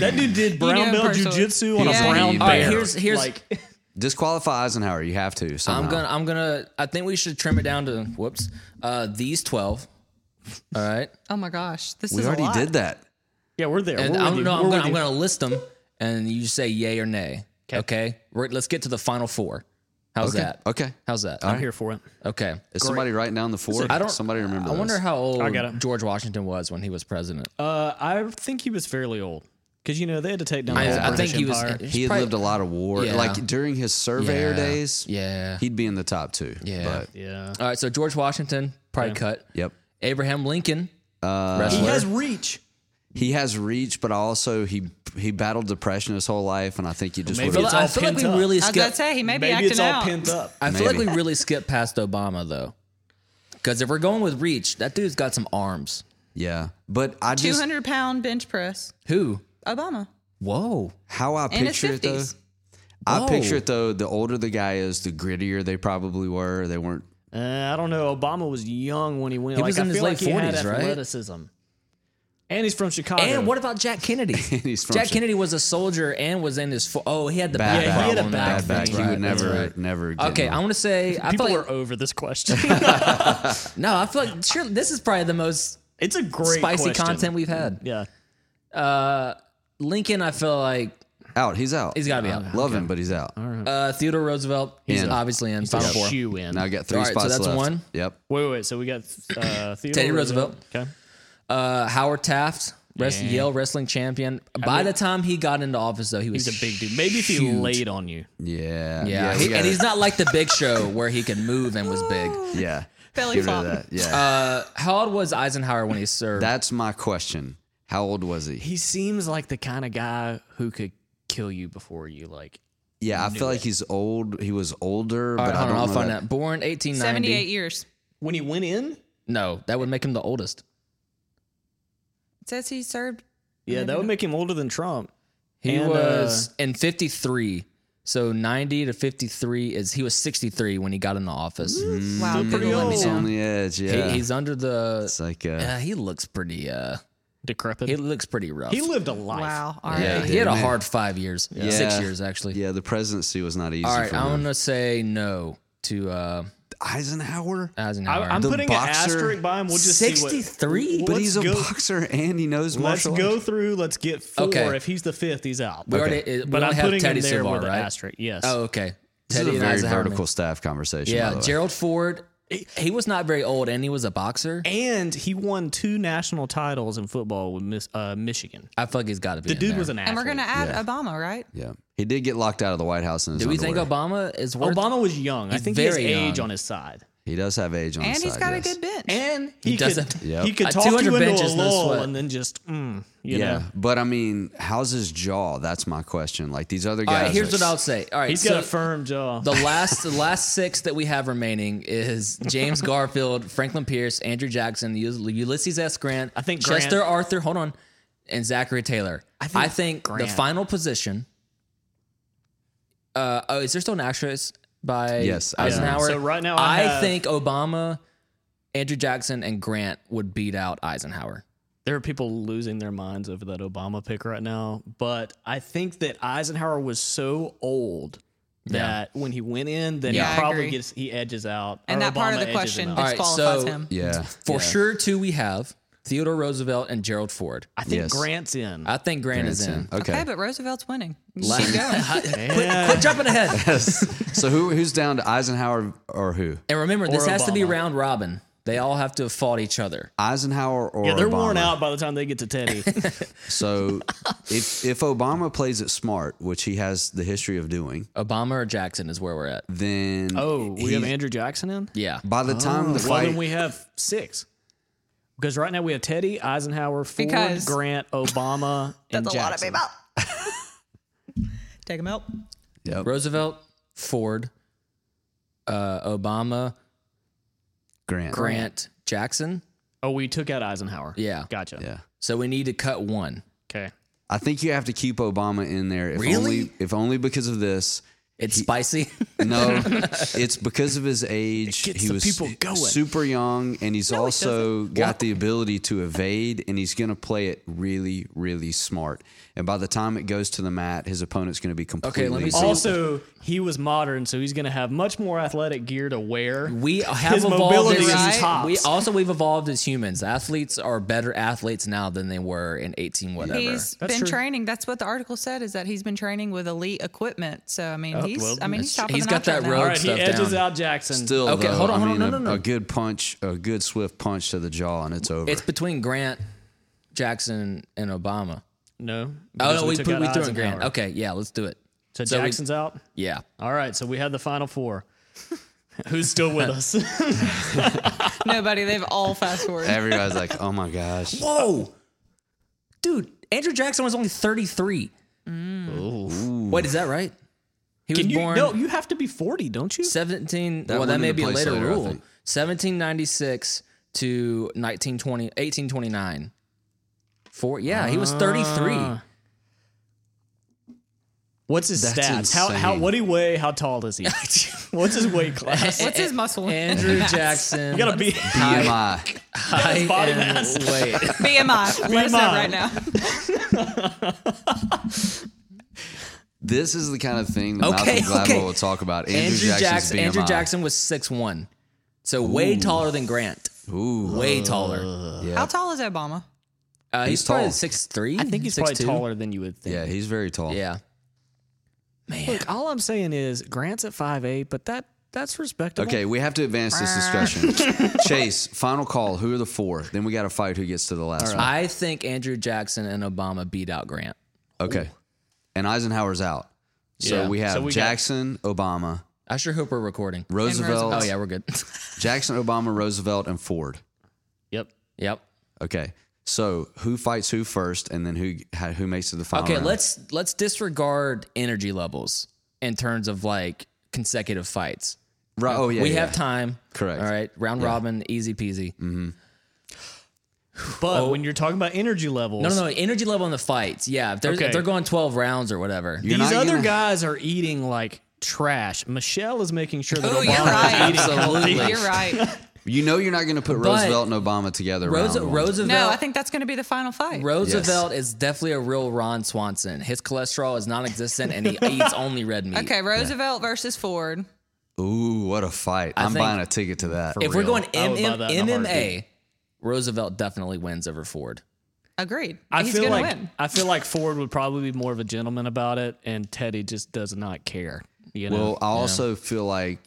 Speaker 3: that dude did
Speaker 5: knew
Speaker 3: brown
Speaker 5: him
Speaker 3: belt
Speaker 5: personally.
Speaker 3: jujitsu on
Speaker 4: He's
Speaker 3: a
Speaker 4: a
Speaker 3: brown bear.
Speaker 4: mean man. All right,
Speaker 2: here's- here's-
Speaker 3: like,
Speaker 4: disqualify Eisenhower. You have to. Somehow.
Speaker 2: I'm gonna, I'm gonna. I think we should trim it down to whoops. Uh, these twelve. All right,
Speaker 5: Oh my gosh, this
Speaker 4: We
Speaker 5: is a
Speaker 4: already
Speaker 5: lot.
Speaker 4: did that.
Speaker 3: yeah, we're there.
Speaker 2: and
Speaker 3: we're
Speaker 2: I'm,
Speaker 3: with you.
Speaker 2: no,
Speaker 3: We're
Speaker 2: I'm,
Speaker 3: with
Speaker 2: gonna, I'm
Speaker 3: you.
Speaker 2: gonna list them, and you say yay or nay. Okay, We're, let's get to the final four. How's
Speaker 4: Okay.
Speaker 2: that?
Speaker 4: Okay.
Speaker 2: How's that?
Speaker 3: I'm here for it.
Speaker 2: Okay.
Speaker 4: Is somebody writing down the four?
Speaker 2: I don't.
Speaker 4: Somebody remember.
Speaker 2: I wonder
Speaker 4: those.
Speaker 2: how
Speaker 3: I got it.
Speaker 2: old George Washington was when he was president.
Speaker 3: Uh, I think he was fairly old because you know they had to take down. the
Speaker 2: I,
Speaker 3: whole
Speaker 2: I think
Speaker 3: British
Speaker 2: he was.
Speaker 3: Empire.
Speaker 4: he had
Speaker 2: probably-
Speaker 4: lived a lot of war.
Speaker 2: Yeah.
Speaker 4: Like during his surveyor
Speaker 2: Yeah.
Speaker 4: days,
Speaker 2: Yeah.
Speaker 4: he'd be in the top two.
Speaker 2: Yeah.
Speaker 4: But,
Speaker 3: Yeah,
Speaker 2: All right. So George Washington, probably cut.
Speaker 4: yep.
Speaker 2: Abraham Lincoln,
Speaker 3: he
Speaker 2: wrestler.
Speaker 3: has reach.
Speaker 4: He has reach, but also he he battled depression his whole life, and I think he just
Speaker 3: Maybe
Speaker 4: would
Speaker 2: I feel
Speaker 3: it's
Speaker 2: like- I
Speaker 3: all
Speaker 2: feel like
Speaker 3: pent
Speaker 2: we
Speaker 3: up.
Speaker 2: really
Speaker 5: I was gonna
Speaker 2: skipped.
Speaker 5: say he may be
Speaker 3: Maybe
Speaker 5: acting
Speaker 3: it's all
Speaker 5: out.
Speaker 3: pent up.
Speaker 2: I feel like we
Speaker 4: Maybe.
Speaker 2: really skipped past Obama though, because if we're going with reach, that dude's got some arms.
Speaker 4: yeah. But I
Speaker 5: Two
Speaker 4: just
Speaker 5: hundred pound bench press.
Speaker 2: Who?
Speaker 5: Obama
Speaker 2: Whoa.
Speaker 4: how I
Speaker 5: in his
Speaker 4: picture it though.
Speaker 5: fifties.
Speaker 4: I
Speaker 2: Whoa.
Speaker 4: picture it though. The older the guy is, the grittier they probably were. They weren't.
Speaker 3: Uh, I don't know. Obama was young when he went.
Speaker 2: He
Speaker 3: like,
Speaker 2: was
Speaker 3: I
Speaker 2: in his
Speaker 3: feel
Speaker 2: late
Speaker 3: like he had
Speaker 2: 40s, right?
Speaker 3: Athleticism. And he's from Chicago.
Speaker 2: And what about Jack Kennedy?
Speaker 4: He's from
Speaker 2: Jack
Speaker 4: Chi-
Speaker 2: Kennedy was a soldier and was in his. Fo- oh, he had the back
Speaker 4: Bad back. Yeah, he
Speaker 3: had a
Speaker 2: problem.
Speaker 3: back
Speaker 2: That's
Speaker 4: Bad back.
Speaker 2: right,
Speaker 4: He would
Speaker 2: that's
Speaker 4: never,
Speaker 2: right.
Speaker 4: never. Get
Speaker 2: Okay,
Speaker 4: in
Speaker 2: I
Speaker 4: one.
Speaker 2: want to say I feel
Speaker 3: People
Speaker 2: like
Speaker 3: are over this question.
Speaker 2: no, I feel like sure this is probably the most
Speaker 3: it's a great
Speaker 2: spicy
Speaker 3: question.
Speaker 2: content we've had.
Speaker 3: Yeah.
Speaker 2: Lincoln, I feel like
Speaker 4: out. He's out.
Speaker 2: he's got to be out.
Speaker 4: Love him, but he's out.
Speaker 2: Uh, Theodore Roosevelt, he's
Speaker 4: In.
Speaker 2: obviously in final four.
Speaker 3: Shoe in.
Speaker 4: Now I got three
Speaker 2: All right, so
Speaker 4: spots
Speaker 2: that's
Speaker 4: left.
Speaker 2: one.
Speaker 4: Yep.
Speaker 3: Wait, wait, wait. So we got uh, Theodore
Speaker 2: Teddy Roosevelt.
Speaker 3: Okay.
Speaker 2: Uh, Howard Taft, rest, Yale wrestling champion. By the time he got into office, though, he was
Speaker 3: He's a big dude. Maybe if he
Speaker 2: huge.
Speaker 3: laid on you.
Speaker 4: Yeah.
Speaker 2: Yeah,
Speaker 4: we
Speaker 2: he-
Speaker 4: gotta-
Speaker 2: and he's not like the Big Show where he could move and was big.
Speaker 4: Yeah.
Speaker 5: Belly
Speaker 4: Get rid of
Speaker 5: flop.
Speaker 4: that. Yeah.
Speaker 2: Uh, How old was Eisenhower when he served?
Speaker 4: That's my question. How old was he?
Speaker 3: He seems like the kind of guy who could kill you before you like.
Speaker 4: Yeah, I feel like he's old. He was older,
Speaker 2: All right,
Speaker 4: but I
Speaker 2: hold
Speaker 4: don't
Speaker 2: on, I'll
Speaker 4: know
Speaker 2: find
Speaker 4: that-
Speaker 2: out. Born 1890.
Speaker 5: Seventy eight years.
Speaker 3: When he went in.
Speaker 2: No, that would make him the oldest.
Speaker 5: It says he served.
Speaker 3: Yeah, that would make him older than Trump.
Speaker 2: He
Speaker 4: uh,
Speaker 3: And,
Speaker 2: was in 53. So 90 to 53 is he was 63 when he got into office.
Speaker 5: Wow,
Speaker 3: Still pretty
Speaker 5: Google let me
Speaker 3: old.
Speaker 4: He's on
Speaker 5: down.
Speaker 4: the edge.
Speaker 2: He-
Speaker 4: Mm-hmm. Yeah,
Speaker 2: he's under the
Speaker 4: it's like uh,
Speaker 2: Yeah, he looks pretty. Uh,
Speaker 3: decrepit.
Speaker 2: He looks pretty rough.
Speaker 3: He lived a life.
Speaker 5: Wow. All right.
Speaker 4: Yeah.
Speaker 2: Yeah, he had a
Speaker 4: Man.
Speaker 2: hard five years,
Speaker 4: Yeah.
Speaker 2: six
Speaker 4: Yeah.
Speaker 2: years actually.
Speaker 4: Yeah, the presidency was not easy
Speaker 2: All right,
Speaker 4: for
Speaker 2: I'm
Speaker 4: him.
Speaker 2: gonna say no to uh,
Speaker 4: Eisenhower?
Speaker 2: Eisenhower.
Speaker 3: I, am
Speaker 4: The
Speaker 3: putting
Speaker 4: boxer-
Speaker 3: an asterisk by him. We'll just see
Speaker 2: 63?
Speaker 3: what,
Speaker 4: But
Speaker 3: let's
Speaker 4: he's a
Speaker 3: go,
Speaker 4: boxer and he knows
Speaker 3: Let's
Speaker 4: martial
Speaker 3: go
Speaker 4: arts.
Speaker 3: through. Let's get four.
Speaker 2: Okay.
Speaker 3: If he's the fifth, he's out.
Speaker 2: we already, uh, we
Speaker 3: but I'm
Speaker 2: already have
Speaker 3: putting
Speaker 2: Teddy
Speaker 3: him there
Speaker 2: Sylvar,
Speaker 3: with an
Speaker 2: right?
Speaker 3: asterisk. Yes.
Speaker 2: Oh, okay.
Speaker 4: This
Speaker 2: Teddy
Speaker 4: is a
Speaker 2: and
Speaker 4: very
Speaker 2: Eisenhower.
Speaker 4: vertical staff conversation. by
Speaker 2: Yeah,
Speaker 4: the way.
Speaker 2: Gerald Ford. He was not very old, and he was a boxer.
Speaker 3: And he won two national titles in football with Miss, uh, Michigan.
Speaker 2: I feel like he's got to be.
Speaker 3: The
Speaker 2: in
Speaker 3: dude
Speaker 2: there.
Speaker 3: was an athlete.
Speaker 5: And we're gonna add Obama, right?
Speaker 4: Yeah. He did get locked out of the White House in his
Speaker 2: Do we think
Speaker 4: underwear.
Speaker 2: Obama is worth?
Speaker 3: Obama was young. I
Speaker 2: He's
Speaker 3: think he has
Speaker 2: very
Speaker 3: age
Speaker 2: young.
Speaker 3: on his side.
Speaker 4: He does have age on
Speaker 5: And
Speaker 4: his
Speaker 5: he's
Speaker 4: side,
Speaker 5: got
Speaker 4: yes.
Speaker 5: a good bench.
Speaker 3: And he,
Speaker 2: does
Speaker 3: could,
Speaker 2: have-
Speaker 4: Yep.
Speaker 3: he could
Speaker 2: A
Speaker 3: talk you
Speaker 2: 200
Speaker 3: into a
Speaker 2: benches, no
Speaker 3: lull
Speaker 2: sweat.
Speaker 3: and then just, mm, you
Speaker 4: Yeah.
Speaker 3: know.
Speaker 4: But I mean, how's his jaw? That's my question. Like these other
Speaker 2: All
Speaker 4: guys.
Speaker 2: right, here's
Speaker 4: are-
Speaker 2: what I'll say. All right,
Speaker 3: He's
Speaker 2: so
Speaker 3: got a firm jaw.
Speaker 2: the last the last six that we have remaining is James Garfield, Franklin Pierce, Andrew Jackson, Uly- Ulysses S. Grant.
Speaker 3: I think Grant-
Speaker 2: Chester Arthur. Hold on, and Zachary Taylor. I think, the
Speaker 3: Grant.
Speaker 2: final position. Uh, oh, is there still an actress by
Speaker 4: Yes,
Speaker 2: Eisenhower?
Speaker 3: So right now I have-
Speaker 2: think Obama, Andrew Jackson, and Grant would beat out Eisenhower.
Speaker 3: there are people losing their minds over that Obama pick right now, but I think that Eisenhower was so old that when he went in, then
Speaker 5: Yeah, I
Speaker 3: he probably
Speaker 5: agree.
Speaker 3: gets he edges out.
Speaker 5: And
Speaker 3: or
Speaker 5: that
Speaker 3: Obama
Speaker 5: part of the
Speaker 3: edges
Speaker 5: question
Speaker 3: him out.
Speaker 2: All right,
Speaker 5: disqualifies
Speaker 2: so-
Speaker 5: him.
Speaker 4: Yeah.
Speaker 2: For sure, two we have Theodore Roosevelt and Gerald Ford.
Speaker 3: I think
Speaker 4: Yes.
Speaker 3: Grant's in.
Speaker 2: I think Grant is in.
Speaker 4: Okay.
Speaker 5: Okay. but Roosevelt's winning. You
Speaker 2: La-
Speaker 5: keep going.
Speaker 2: quit, quit jumping ahead.
Speaker 4: so who who's down to Eisenhower or who?
Speaker 2: and remember, this has to be
Speaker 3: Obama.
Speaker 2: round robin. They all have to have fought each other.
Speaker 4: Eisenhower or
Speaker 3: yeah, they're worn
Speaker 4: Obama?
Speaker 3: out by the time they get to Teddy.
Speaker 4: So if if Obama plays it smart, which he has the history of doing,
Speaker 2: Obama or Jackson is where we're at.
Speaker 4: then
Speaker 3: oh, we
Speaker 4: he's-
Speaker 3: have Andrew Jackson in.
Speaker 2: Yeah.
Speaker 4: by the time the
Speaker 3: Well,
Speaker 4: fight
Speaker 3: then we have six. Because right now we have Teddy, Eisenhower, Ford,
Speaker 5: Because-
Speaker 3: Grant, Obama, and
Speaker 5: That's a lot of
Speaker 3: Jackson.
Speaker 5: people. Take him out.
Speaker 4: Yep.
Speaker 2: Roosevelt, Ford, uh, Obama,
Speaker 4: Grant.
Speaker 2: Grant, Jackson.
Speaker 3: Oh, we took out Eisenhower.
Speaker 2: Yeah.
Speaker 3: Gotcha.
Speaker 4: Yeah.
Speaker 2: So we need to cut one.
Speaker 3: Okay.
Speaker 4: I think you have to keep Obama in there if
Speaker 2: Really?
Speaker 4: only if only because of this.
Speaker 2: It's spicy.
Speaker 4: No, it's because of his age.
Speaker 3: gets
Speaker 4: he
Speaker 3: the
Speaker 4: was
Speaker 3: people going.
Speaker 4: super young, and he's also got the ability to evade, and he's going to play it really, really smart. And by the time it goes to the mat, his opponent's going to be completely.
Speaker 2: let me see.
Speaker 3: Also, he was modern, so he's going to have much more athletic gear to wear.
Speaker 2: We have
Speaker 3: His
Speaker 2: evolved
Speaker 3: mobility
Speaker 2: as
Speaker 5: is
Speaker 2: hum-
Speaker 3: tops.
Speaker 2: We also we've evolved as humans. Athletes are better athletes now than they were in eighteen whatever.
Speaker 5: He's
Speaker 3: That's
Speaker 5: been
Speaker 3: true.
Speaker 5: training. That's what the article said is that he's been training with elite equipment. So I mean, he's
Speaker 3: Oh, well,
Speaker 5: I mean
Speaker 2: that's
Speaker 5: he's top
Speaker 2: true.
Speaker 5: of
Speaker 2: He's
Speaker 5: the
Speaker 2: got
Speaker 5: notch
Speaker 2: that
Speaker 5: right now.
Speaker 2: road
Speaker 3: All right, he
Speaker 2: stuff
Speaker 3: edges
Speaker 2: down.
Speaker 3: out Jackson.
Speaker 4: Still,
Speaker 2: Okay,
Speaker 4: though,
Speaker 2: hold on,
Speaker 4: I
Speaker 2: hold on,
Speaker 4: mean,
Speaker 2: no,
Speaker 4: a-
Speaker 2: no, no.
Speaker 4: A good punch, a good swift punch to the jaw, and it's over.
Speaker 2: it's between Grant, Jackson, and Obama. Oh
Speaker 3: No. because
Speaker 2: no, we,
Speaker 3: took
Speaker 2: put
Speaker 3: out
Speaker 2: we threw in
Speaker 3: Eisenhower.
Speaker 2: Grant. Okay, yeah, let's do it.
Speaker 3: So,
Speaker 2: we-
Speaker 3: Jackson's out.
Speaker 2: yeah.
Speaker 3: All right, so we have the final four. Who's still with us?
Speaker 5: Nobody. They've all fast forwarded.
Speaker 4: Everybody's like, "Oh my gosh!"
Speaker 2: Whoa, dude, Andrew Jackson was only thirty three.
Speaker 4: Mm.
Speaker 2: Wait, is that right? He was
Speaker 3: Can you,
Speaker 2: born
Speaker 3: no, you have to be 40, don't you?
Speaker 2: seventeen.
Speaker 4: That
Speaker 2: well, that
Speaker 4: went
Speaker 2: may
Speaker 4: into
Speaker 2: be a
Speaker 4: place
Speaker 2: later,
Speaker 4: later, I
Speaker 2: rule.
Speaker 4: think.
Speaker 2: Seventeen ninety six to 1920, 1829. Four. Yeah, he was thirty three.
Speaker 4: Ah.
Speaker 3: What's his
Speaker 4: That's
Speaker 3: stats? How, how
Speaker 4: insane.
Speaker 3: what do he weigh? How tall is he? What's his weight class?
Speaker 5: What's his muscle?
Speaker 2: Andrew Jackson.
Speaker 3: You gotta be
Speaker 4: BMI.
Speaker 2: height
Speaker 3: body
Speaker 2: and
Speaker 3: mass.
Speaker 2: weight.
Speaker 5: BMI. Let us know
Speaker 3: BMI.
Speaker 5: right now.
Speaker 4: This is the kind of thing that
Speaker 2: Okay,
Speaker 4: Malcolm Gladwell
Speaker 2: okay.
Speaker 4: will talk about. Andrew,
Speaker 2: Andrew
Speaker 4: Jackson's
Speaker 2: Jackson.
Speaker 4: BMI.
Speaker 2: Andrew Jackson was six one, so way taller than Grant.
Speaker 4: Ooh.
Speaker 2: Way taller.
Speaker 5: How tall is Obama?
Speaker 2: Uh, he's,
Speaker 4: He's
Speaker 2: probably
Speaker 4: tall.
Speaker 2: six three.
Speaker 3: I think he's probably taller than you would think.
Speaker 4: Yeah, he's very tall.
Speaker 2: Yeah.
Speaker 3: Look, all I'm saying is Grant's at 5'8, but that that's respectable.
Speaker 4: Okay, we have to advance this discussion. Chase, final call. Who are the four? Then we got to fight who gets to the last one.
Speaker 2: I think Andrew Jackson and Obama beat out Grant.
Speaker 4: Okay. And Eisenhower's out. So
Speaker 2: Yeah.
Speaker 4: we have
Speaker 3: we got-
Speaker 4: Jackson, Obama,
Speaker 2: I sure hope we're recording.
Speaker 4: Roosevelt,
Speaker 2: Oh yeah, we're good.
Speaker 4: Jackson, Obama, Roosevelt, and Ford.
Speaker 3: Yep.
Speaker 2: yep.
Speaker 4: Okay. So who fights who first, and then who ha- who makes it the final?
Speaker 2: Okay,
Speaker 4: round?
Speaker 2: let's let's disregard energy levels in terms of like consecutive fights.
Speaker 4: Ro- oh yeah,
Speaker 2: we
Speaker 4: yeah.
Speaker 2: have time.
Speaker 4: Correct. Mm-hmm.
Speaker 2: All right, round robin, easy peasy.
Speaker 3: But when you're talking about energy levels,
Speaker 2: Oh. No, no, no, energy level in the fights. Yeah, if they're
Speaker 3: Okay.
Speaker 2: if they're going twelve rounds or whatever.
Speaker 4: You're
Speaker 3: these
Speaker 4: not
Speaker 3: other
Speaker 4: gonna-
Speaker 3: guys are eating like trash. Michelle is making sure that
Speaker 5: Oh,
Speaker 3: Obama
Speaker 5: you're right.
Speaker 3: is eating
Speaker 2: Absolutely.
Speaker 3: healthy.
Speaker 5: You're right.
Speaker 4: You know you're not going to put
Speaker 2: But-
Speaker 4: Roosevelt and Obama together.
Speaker 2: Rosa,
Speaker 4: round one.
Speaker 2: Roosevelt.
Speaker 5: No, I think that's going to be the final fight.
Speaker 2: Roosevelt is definitely a real Ron Swanson. His cholesterol is non-existent, and he eats only red meat.
Speaker 5: okay, Roosevelt versus Ford.
Speaker 4: Ooh, what a fight! I am
Speaker 2: think-
Speaker 4: buying a ticket to that.
Speaker 2: if we're
Speaker 3: real.
Speaker 2: going
Speaker 3: I would buy
Speaker 2: MM,
Speaker 3: that in a
Speaker 2: MMA,
Speaker 3: heartbeat.
Speaker 2: Roosevelt definitely wins over Ford.
Speaker 5: Agreed.
Speaker 3: I
Speaker 5: He's
Speaker 3: feel
Speaker 5: going
Speaker 3: like
Speaker 5: to win.
Speaker 3: I feel like Ford would probably be more of a gentleman about it, and Teddy just does not care. You know,
Speaker 4: Well, I also feel like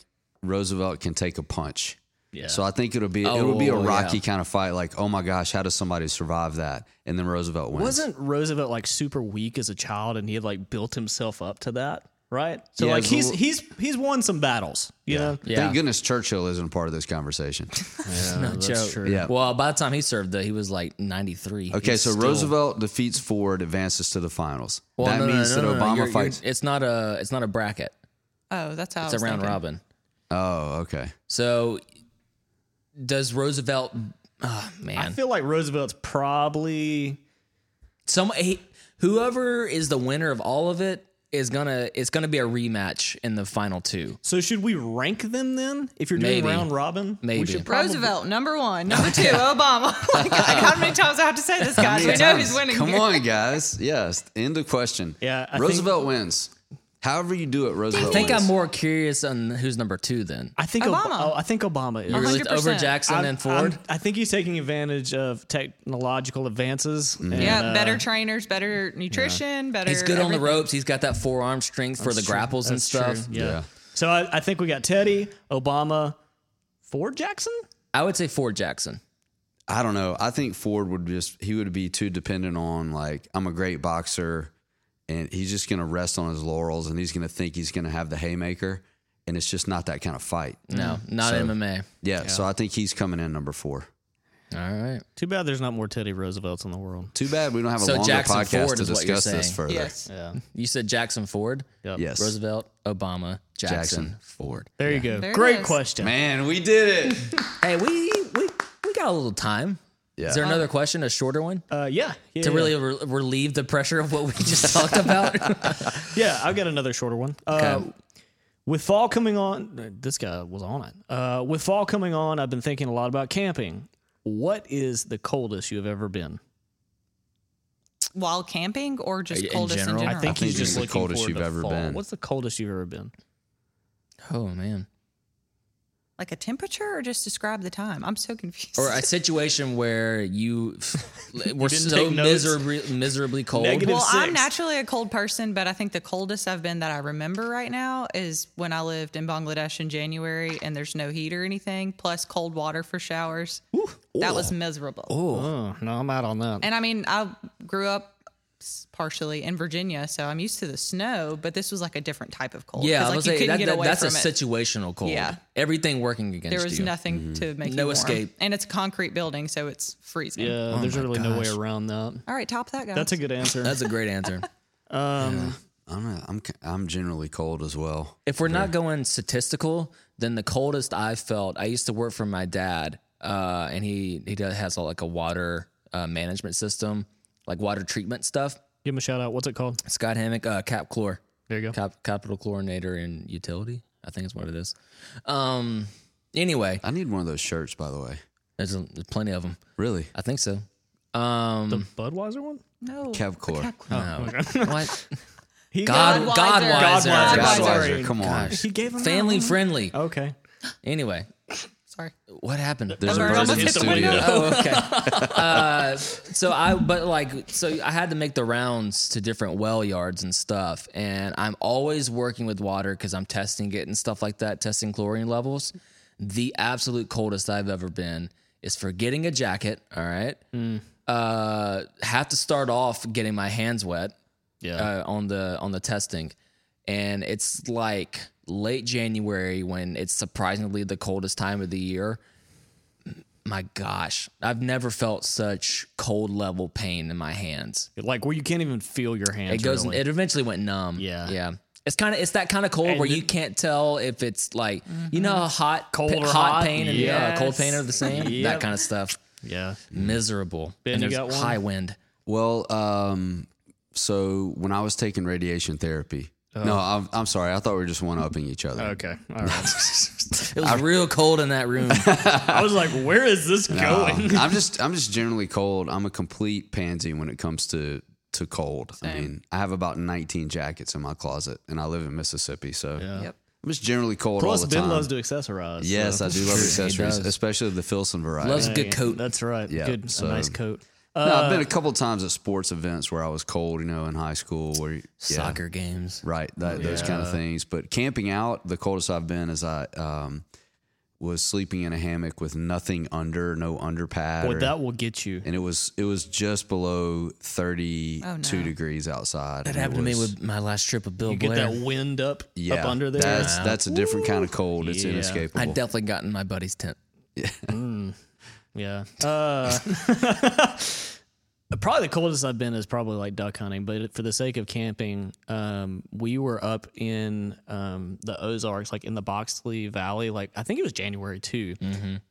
Speaker 4: Roosevelt can take a punch.
Speaker 3: Yeah.
Speaker 4: So I think it'll be it'll be a
Speaker 2: Oh,
Speaker 4: rocky
Speaker 2: yeah.
Speaker 4: kind of fight. Like, oh my gosh, how does somebody survive that? And then Roosevelt wins.
Speaker 3: wasn't Roosevelt like super weak as a child, and he had like built himself up to that, right? So
Speaker 4: Yeah,
Speaker 3: like
Speaker 4: it was a
Speaker 3: he's
Speaker 4: little-
Speaker 3: he's he's won some battles. You know,
Speaker 2: Yeah.
Speaker 4: Thank goodness Churchill isn't a part of this conversation.
Speaker 2: no joke.
Speaker 3: true.
Speaker 4: Yeah.
Speaker 2: Well, by the time he served, though, he was like 93.
Speaker 4: Okay,
Speaker 2: He's
Speaker 4: so
Speaker 2: still-
Speaker 4: Roosevelt defeats Ford, advances to the finals.
Speaker 2: Well,
Speaker 4: that
Speaker 2: no, no,
Speaker 4: means
Speaker 2: no, no,
Speaker 4: that
Speaker 2: no,
Speaker 4: Obama
Speaker 2: you're- you're-
Speaker 4: fights.
Speaker 2: It's not a. It's not a bracket.
Speaker 5: Oh, that's how
Speaker 2: It's a
Speaker 5: I was
Speaker 2: round
Speaker 5: thinking.
Speaker 2: robin.
Speaker 4: Oh, okay.
Speaker 2: So, does Roosevelt? Oh man,
Speaker 3: I feel like Roosevelt's probably
Speaker 2: some he, whoever is the winner of all of it is gonna. It's gonna be a rematch in the final two.
Speaker 3: So should we rank them then? If you're doing
Speaker 2: Maybe.
Speaker 3: round robin,
Speaker 2: Maybe.
Speaker 3: we should probably
Speaker 5: Roosevelt, number one. Number two, Obama. Like, how many times I have to say this, guys? We know he's winning.
Speaker 4: Come
Speaker 5: here.
Speaker 4: on, guys. Yes. End of question.
Speaker 3: Yeah, I think-
Speaker 4: Roosevelt wins. However you do it, Roosevelt.
Speaker 2: I think
Speaker 4: wins.
Speaker 2: I'm more curious on who's number two then.
Speaker 3: I think Ob-
Speaker 5: Obama.
Speaker 3: oh, I think Obama is.
Speaker 2: You really-
Speaker 5: 100%.
Speaker 2: over Jackson
Speaker 3: I'm-
Speaker 2: and Ford.
Speaker 3: I'm- i think he's taking advantage of technological advances. and,
Speaker 5: Yeah,
Speaker 3: uh,
Speaker 5: better trainers, better nutrition, better.
Speaker 2: He's good on the
Speaker 5: everything.
Speaker 2: ropes. He's got that forearm strength for the grapples and
Speaker 3: that's true.
Speaker 2: stuff.
Speaker 3: Yeah.
Speaker 4: Yeah.
Speaker 3: So I, I think we got Teddy, Obama, Ford, Jackson.
Speaker 2: I would say Ford Jackson.
Speaker 4: I don't know. I think Ford would just he would be too dependent on like I'm a great boxer, and he's just gonna rest on his laurels, and he's gonna think he's gonna have the haymaker, and it's just not that kind of fight.
Speaker 2: No,
Speaker 3: Mm.
Speaker 2: not MMA.
Speaker 4: Yeah. So I think he's coming in number four.
Speaker 2: All right.
Speaker 3: Too bad there's not more Teddy Roosevelts in the world.
Speaker 4: Too bad we don't have a
Speaker 2: So
Speaker 4: longer
Speaker 2: Jackson
Speaker 4: podcast
Speaker 2: Ford
Speaker 4: to
Speaker 2: is what you're
Speaker 4: discuss this
Speaker 2: saying.
Speaker 4: further.
Speaker 5: Yes.
Speaker 2: You said Jackson Ford,
Speaker 4: Yes.
Speaker 2: Roosevelt, Obama, Jackson,
Speaker 4: Jackson.
Speaker 2: Ford.
Speaker 3: There you go.
Speaker 5: There it
Speaker 3: Great
Speaker 5: is.
Speaker 3: question.
Speaker 4: Man, we did it.
Speaker 2: Hey, we we we got a little time.
Speaker 4: Yeah.
Speaker 2: Is there another question, a shorter one?
Speaker 3: Uh, yeah. Yeah.
Speaker 2: to
Speaker 3: yeah.
Speaker 2: really re- relieve the pressure of what we just talked about.
Speaker 3: Yeah, I've got another shorter one. Uh, with fall coming on, this guy was on it. Uh, with fall coming on, I've been thinking a lot about camping. What is the coldest you have ever been?
Speaker 5: While camping or just
Speaker 2: In
Speaker 5: coldest
Speaker 2: general?
Speaker 5: in
Speaker 2: I
Speaker 5: general?
Speaker 3: I think
Speaker 4: think
Speaker 3: he's just
Speaker 4: the
Speaker 3: looking
Speaker 4: coldest
Speaker 3: forward
Speaker 4: you've
Speaker 3: to
Speaker 4: ever
Speaker 3: fall.
Speaker 4: been.
Speaker 3: What's the coldest you've ever been?
Speaker 2: oh man.
Speaker 5: like a temperature or just describe the time. I'm so confused.
Speaker 2: Or a situation where you were
Speaker 3: didn't
Speaker 2: so
Speaker 3: take notes.
Speaker 2: miserably miserably cold.
Speaker 3: Negative.
Speaker 5: well, I'm
Speaker 3: six.
Speaker 5: naturally a cold person, but I think the coldest I've been that I remember right now is when I lived in Bangladesh in January and there's no heat or anything, plus cold water for showers. That was miserable.
Speaker 3: Oh, no, I'm out on that.
Speaker 5: And I mean, I grew up s- partially in Virginia, so I'm used to the snow, but this was like a different type of cold. 'cause,
Speaker 2: Yeah, I
Speaker 5: like,
Speaker 2: was
Speaker 5: you
Speaker 2: like,
Speaker 5: couldn't
Speaker 2: that,
Speaker 5: get
Speaker 2: that-
Speaker 5: away
Speaker 2: that's a
Speaker 5: from it.
Speaker 2: situational cold.
Speaker 5: Yeah.
Speaker 2: Everything working against
Speaker 5: There was
Speaker 2: you. Mm-hmm.
Speaker 5: nothing to make
Speaker 2: No
Speaker 5: you warm.
Speaker 2: escape.
Speaker 5: and it's a concrete building, so it's freezing.
Speaker 3: yeah, there's really no way around that.
Speaker 5: All right, top that, guys.
Speaker 3: That's a good answer.
Speaker 2: That's a great answer.
Speaker 4: I'm a, I'm I'm generally cold as well.
Speaker 2: If we're not going statistical, then the coldest I felt, I used to work for my dad, uh, and he he does, has like a water uh, management system, like water treatment stuff.
Speaker 3: Give him a shout out. What's it called?
Speaker 2: Scott Hammock, uh, Cap Chlor,
Speaker 3: There you go.
Speaker 2: Cap, Capital Chlorinator and Utility, I think is what it is. Um, anyway,
Speaker 4: I need one of those shirts, by the way.
Speaker 2: there's, a, there's plenty of them.
Speaker 4: Really,
Speaker 2: I think so. Um,
Speaker 3: The Budweiser one?
Speaker 5: no.
Speaker 4: Cavcore. Oh,
Speaker 2: what?
Speaker 3: He
Speaker 2: God,
Speaker 5: Godweiser.
Speaker 2: Godweiser.
Speaker 3: Godweiser.
Speaker 5: Budweiser.
Speaker 4: Budweiser, come on.
Speaker 3: He gave him that
Speaker 2: Family
Speaker 3: one.
Speaker 2: friendly.
Speaker 3: Okay.
Speaker 2: Anyway,
Speaker 5: Oh. Sorry.
Speaker 2: what happened?
Speaker 4: There's a
Speaker 5: Bird
Speaker 4: bird in
Speaker 5: almost
Speaker 4: the
Speaker 5: hit the
Speaker 4: studio.
Speaker 5: window.
Speaker 2: Oh, okay. uh, so I, but like, so I had to make the rounds to different well yards and stuff, and I'm always working with water because I'm testing it and stuff like that, testing chlorine levels. The absolute coldest I've ever been is for getting a jacket. All right, uh, have to start off getting my hands wet
Speaker 3: Yeah.
Speaker 2: uh, on the on the testing, and it's like late January when it's surprisingly the coldest time of the year. My gosh, I've never felt such cold level pain in my hands.
Speaker 3: like where you can't even feel your hands.
Speaker 2: It goes.
Speaker 3: really.
Speaker 2: It eventually went numb.
Speaker 3: Yeah.
Speaker 2: yeah. It's kind of it's that kind of cold
Speaker 3: And
Speaker 2: where you
Speaker 3: it-
Speaker 2: can't tell if it's like you know how hot
Speaker 3: Cold
Speaker 2: pa-
Speaker 3: or
Speaker 2: hot,
Speaker 3: hot?
Speaker 2: pain and uh, cold pain are the same that
Speaker 3: Yep.
Speaker 2: kind of stuff.
Speaker 3: yeah.
Speaker 2: Miserable.
Speaker 3: Ben,
Speaker 2: and
Speaker 3: you
Speaker 2: there's
Speaker 3: got one?
Speaker 2: high wind.
Speaker 4: Well, um, so when I was taking radiation therapy, no, I'm, I'm sorry. I thought we were just one upping each other.
Speaker 3: Oh.
Speaker 4: Um,
Speaker 3: Okay. All right.
Speaker 2: It was real cold in that room.
Speaker 3: I was like, where is this
Speaker 4: No,
Speaker 3: going?
Speaker 4: I'm just I'm just generally cold. I'm a complete pansy when it comes to to cold. I mean, I have about 19 jackets in my closet, and I live in Mississippi, so
Speaker 5: Yep.
Speaker 4: I'm just generally cold all
Speaker 3: Plus,
Speaker 4: the
Speaker 3: Ben
Speaker 4: time.
Speaker 3: loves to accessorize.
Speaker 4: yes,
Speaker 3: so-
Speaker 4: I do love accessories,
Speaker 2: does.
Speaker 4: especially the Filson variety.
Speaker 2: Loves
Speaker 3: Yeah,
Speaker 2: good
Speaker 3: yeah,
Speaker 2: coat.
Speaker 3: That's right.
Speaker 4: Yeah,
Speaker 3: good,
Speaker 4: so-
Speaker 3: a nice coat.
Speaker 4: no, I've
Speaker 3: Uh,
Speaker 4: been a couple times at sports events where I was cold, you know, in high school. Where yeah,
Speaker 2: Soccer games.
Speaker 4: right? That, Those kind of things. But camping out, the coldest I've been is I um, was sleeping in a hammock with nothing under, no underpad.
Speaker 3: Boy,
Speaker 4: or-
Speaker 3: that will get you.
Speaker 4: and it was it was just below 32
Speaker 5: no.
Speaker 4: degrees outside.
Speaker 2: That
Speaker 4: and it
Speaker 2: happened to me
Speaker 4: was-
Speaker 2: with my last trip with Bill
Speaker 3: You get
Speaker 2: Blair.
Speaker 3: that wind up up under there.
Speaker 4: That's that's a different kind of cold. It's
Speaker 3: Yeah.
Speaker 2: I
Speaker 4: inescapable.
Speaker 2: definitely got in my buddy's tent.
Speaker 3: yeah. Uh, probably the coldest I've been is probably like duck hunting, but for the sake of camping, um, we were up in um, the Ozarks, like in the Boxley Valley. Like I think it was January 2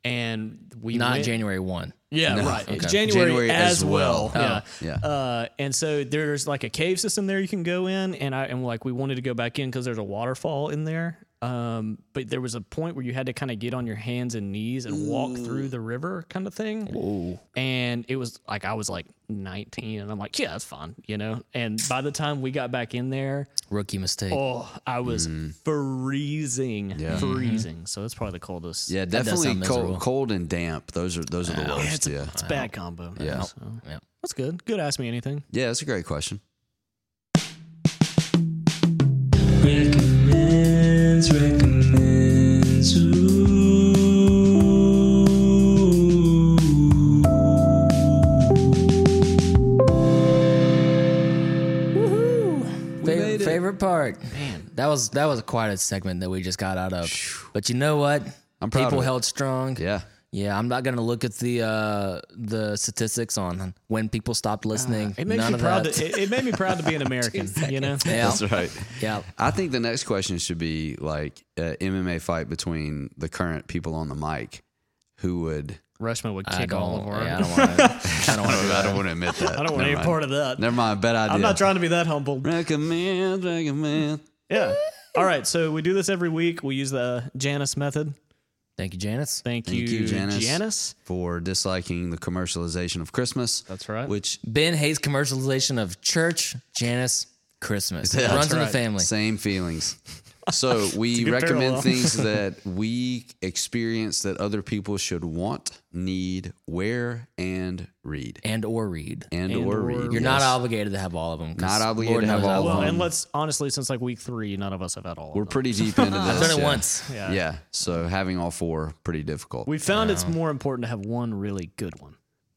Speaker 3: and we
Speaker 2: Not
Speaker 3: went-
Speaker 2: January 1.
Speaker 3: Yeah, right. It's January,
Speaker 4: January
Speaker 3: as,
Speaker 4: as
Speaker 3: well.
Speaker 4: well.
Speaker 3: Yeah.
Speaker 4: yeah.
Speaker 3: Uh, and so there's like a cave system there you can go in, and I and like we wanted to go back in because there's a waterfall in there. Um, but there was a point where you had to kind of get on your hands and knees and walk through the river kind of thing. And it was like I was like 19, and I'm like, yeah, that's fine, you know. And by the time we got back in there,
Speaker 2: Rookie mistake.
Speaker 3: oh, I was
Speaker 2: Mm-hmm.
Speaker 3: freezing,
Speaker 4: Yeah.
Speaker 3: freezing. So that's probably the coldest.
Speaker 4: yeah,
Speaker 2: does
Speaker 4: definitely
Speaker 2: sound miserable.
Speaker 4: cold, cold and damp. Those are those are the
Speaker 3: Yeah,
Speaker 4: worst.
Speaker 3: it's, a,
Speaker 4: Yeah,
Speaker 3: it's a bad combo.
Speaker 4: Yeah.
Speaker 3: So,
Speaker 2: Yeah.
Speaker 3: that's good. Good. Ask me anything.
Speaker 4: yeah, that's a great question.
Speaker 2: Favorite, favorite part. Man, that was that was quite a segment that we just got out of. But you know what?
Speaker 4: I'm proud of
Speaker 2: People
Speaker 4: it.
Speaker 2: held strong.
Speaker 4: Yeah,
Speaker 2: Yeah, I'm not gonna look at the uh, the statistics on when people stopped listening.
Speaker 3: It makes
Speaker 2: None
Speaker 3: me
Speaker 2: of
Speaker 3: proud.
Speaker 2: that.
Speaker 3: To, it, it made me proud to be an American. you know,
Speaker 2: yeah,
Speaker 4: that's right.
Speaker 2: yeah.
Speaker 4: I think the next question should be like a MMA fight between the current people on the mic. Who would?
Speaker 3: Rushman would
Speaker 2: I
Speaker 3: kick
Speaker 2: don't.
Speaker 3: all of our.
Speaker 2: yeah, I don't want to. I don't want to.
Speaker 4: I don't want to admit that.
Speaker 3: I don't want any part of that.
Speaker 4: Never mind. Bad idea.
Speaker 3: I'm not trying to be that humble.
Speaker 4: Recommend, recommend.
Speaker 3: Yeah. All right. So we do this every week. We use the Janice method.
Speaker 2: Thank you, Janice.
Speaker 3: Thank,
Speaker 4: Thank you, Janice.
Speaker 3: Janice.
Speaker 4: for disliking the commercialization of Christmas.
Speaker 3: That's right.
Speaker 4: Which
Speaker 2: Ben hates commercialization of church. Janice Christmas
Speaker 4: Yeah,
Speaker 2: runs
Speaker 4: that's
Speaker 2: in the
Speaker 3: right.
Speaker 2: family.
Speaker 4: same feelings. So we
Speaker 3: good
Speaker 4: recommend
Speaker 3: parallel.
Speaker 4: things that we experience that other people should want, need, wear, and read,
Speaker 2: And or read.
Speaker 4: and,
Speaker 3: And
Speaker 4: or,
Speaker 3: or
Speaker 4: read.
Speaker 3: read.
Speaker 2: You're
Speaker 4: yes.
Speaker 2: not obligated to have all of them. 'cause
Speaker 4: Not obligated
Speaker 2: Lord
Speaker 4: to have
Speaker 2: knows I
Speaker 4: all of
Speaker 2: want
Speaker 3: Well,
Speaker 4: um,
Speaker 3: and let's honestly, since like week three, none of us have had all.
Speaker 4: We're
Speaker 3: of them.
Speaker 4: pretty deep into this.
Speaker 2: I've done it
Speaker 4: yeah.
Speaker 2: once.
Speaker 4: Yeah. So having all four pretty difficult.
Speaker 3: We found it's more important to have one really good one.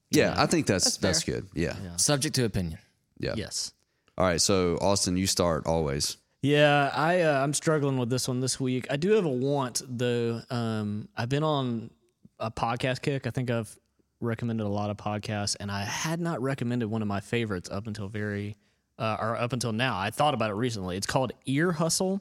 Speaker 4: yeah, I think that's that's, good. Yeah. yeah.
Speaker 2: Subject to opinion.
Speaker 3: Yes.
Speaker 4: All right. So Austin, you start always.
Speaker 3: Yeah, I uh, I'm struggling with this one this week. I do have a want though. Um, I've been on a podcast kick. I think I've recommended a lot of podcasts, and I had not recommended one of my favorites up until very, uh, or up until now. I thought about it recently. It's called Ear Hustle.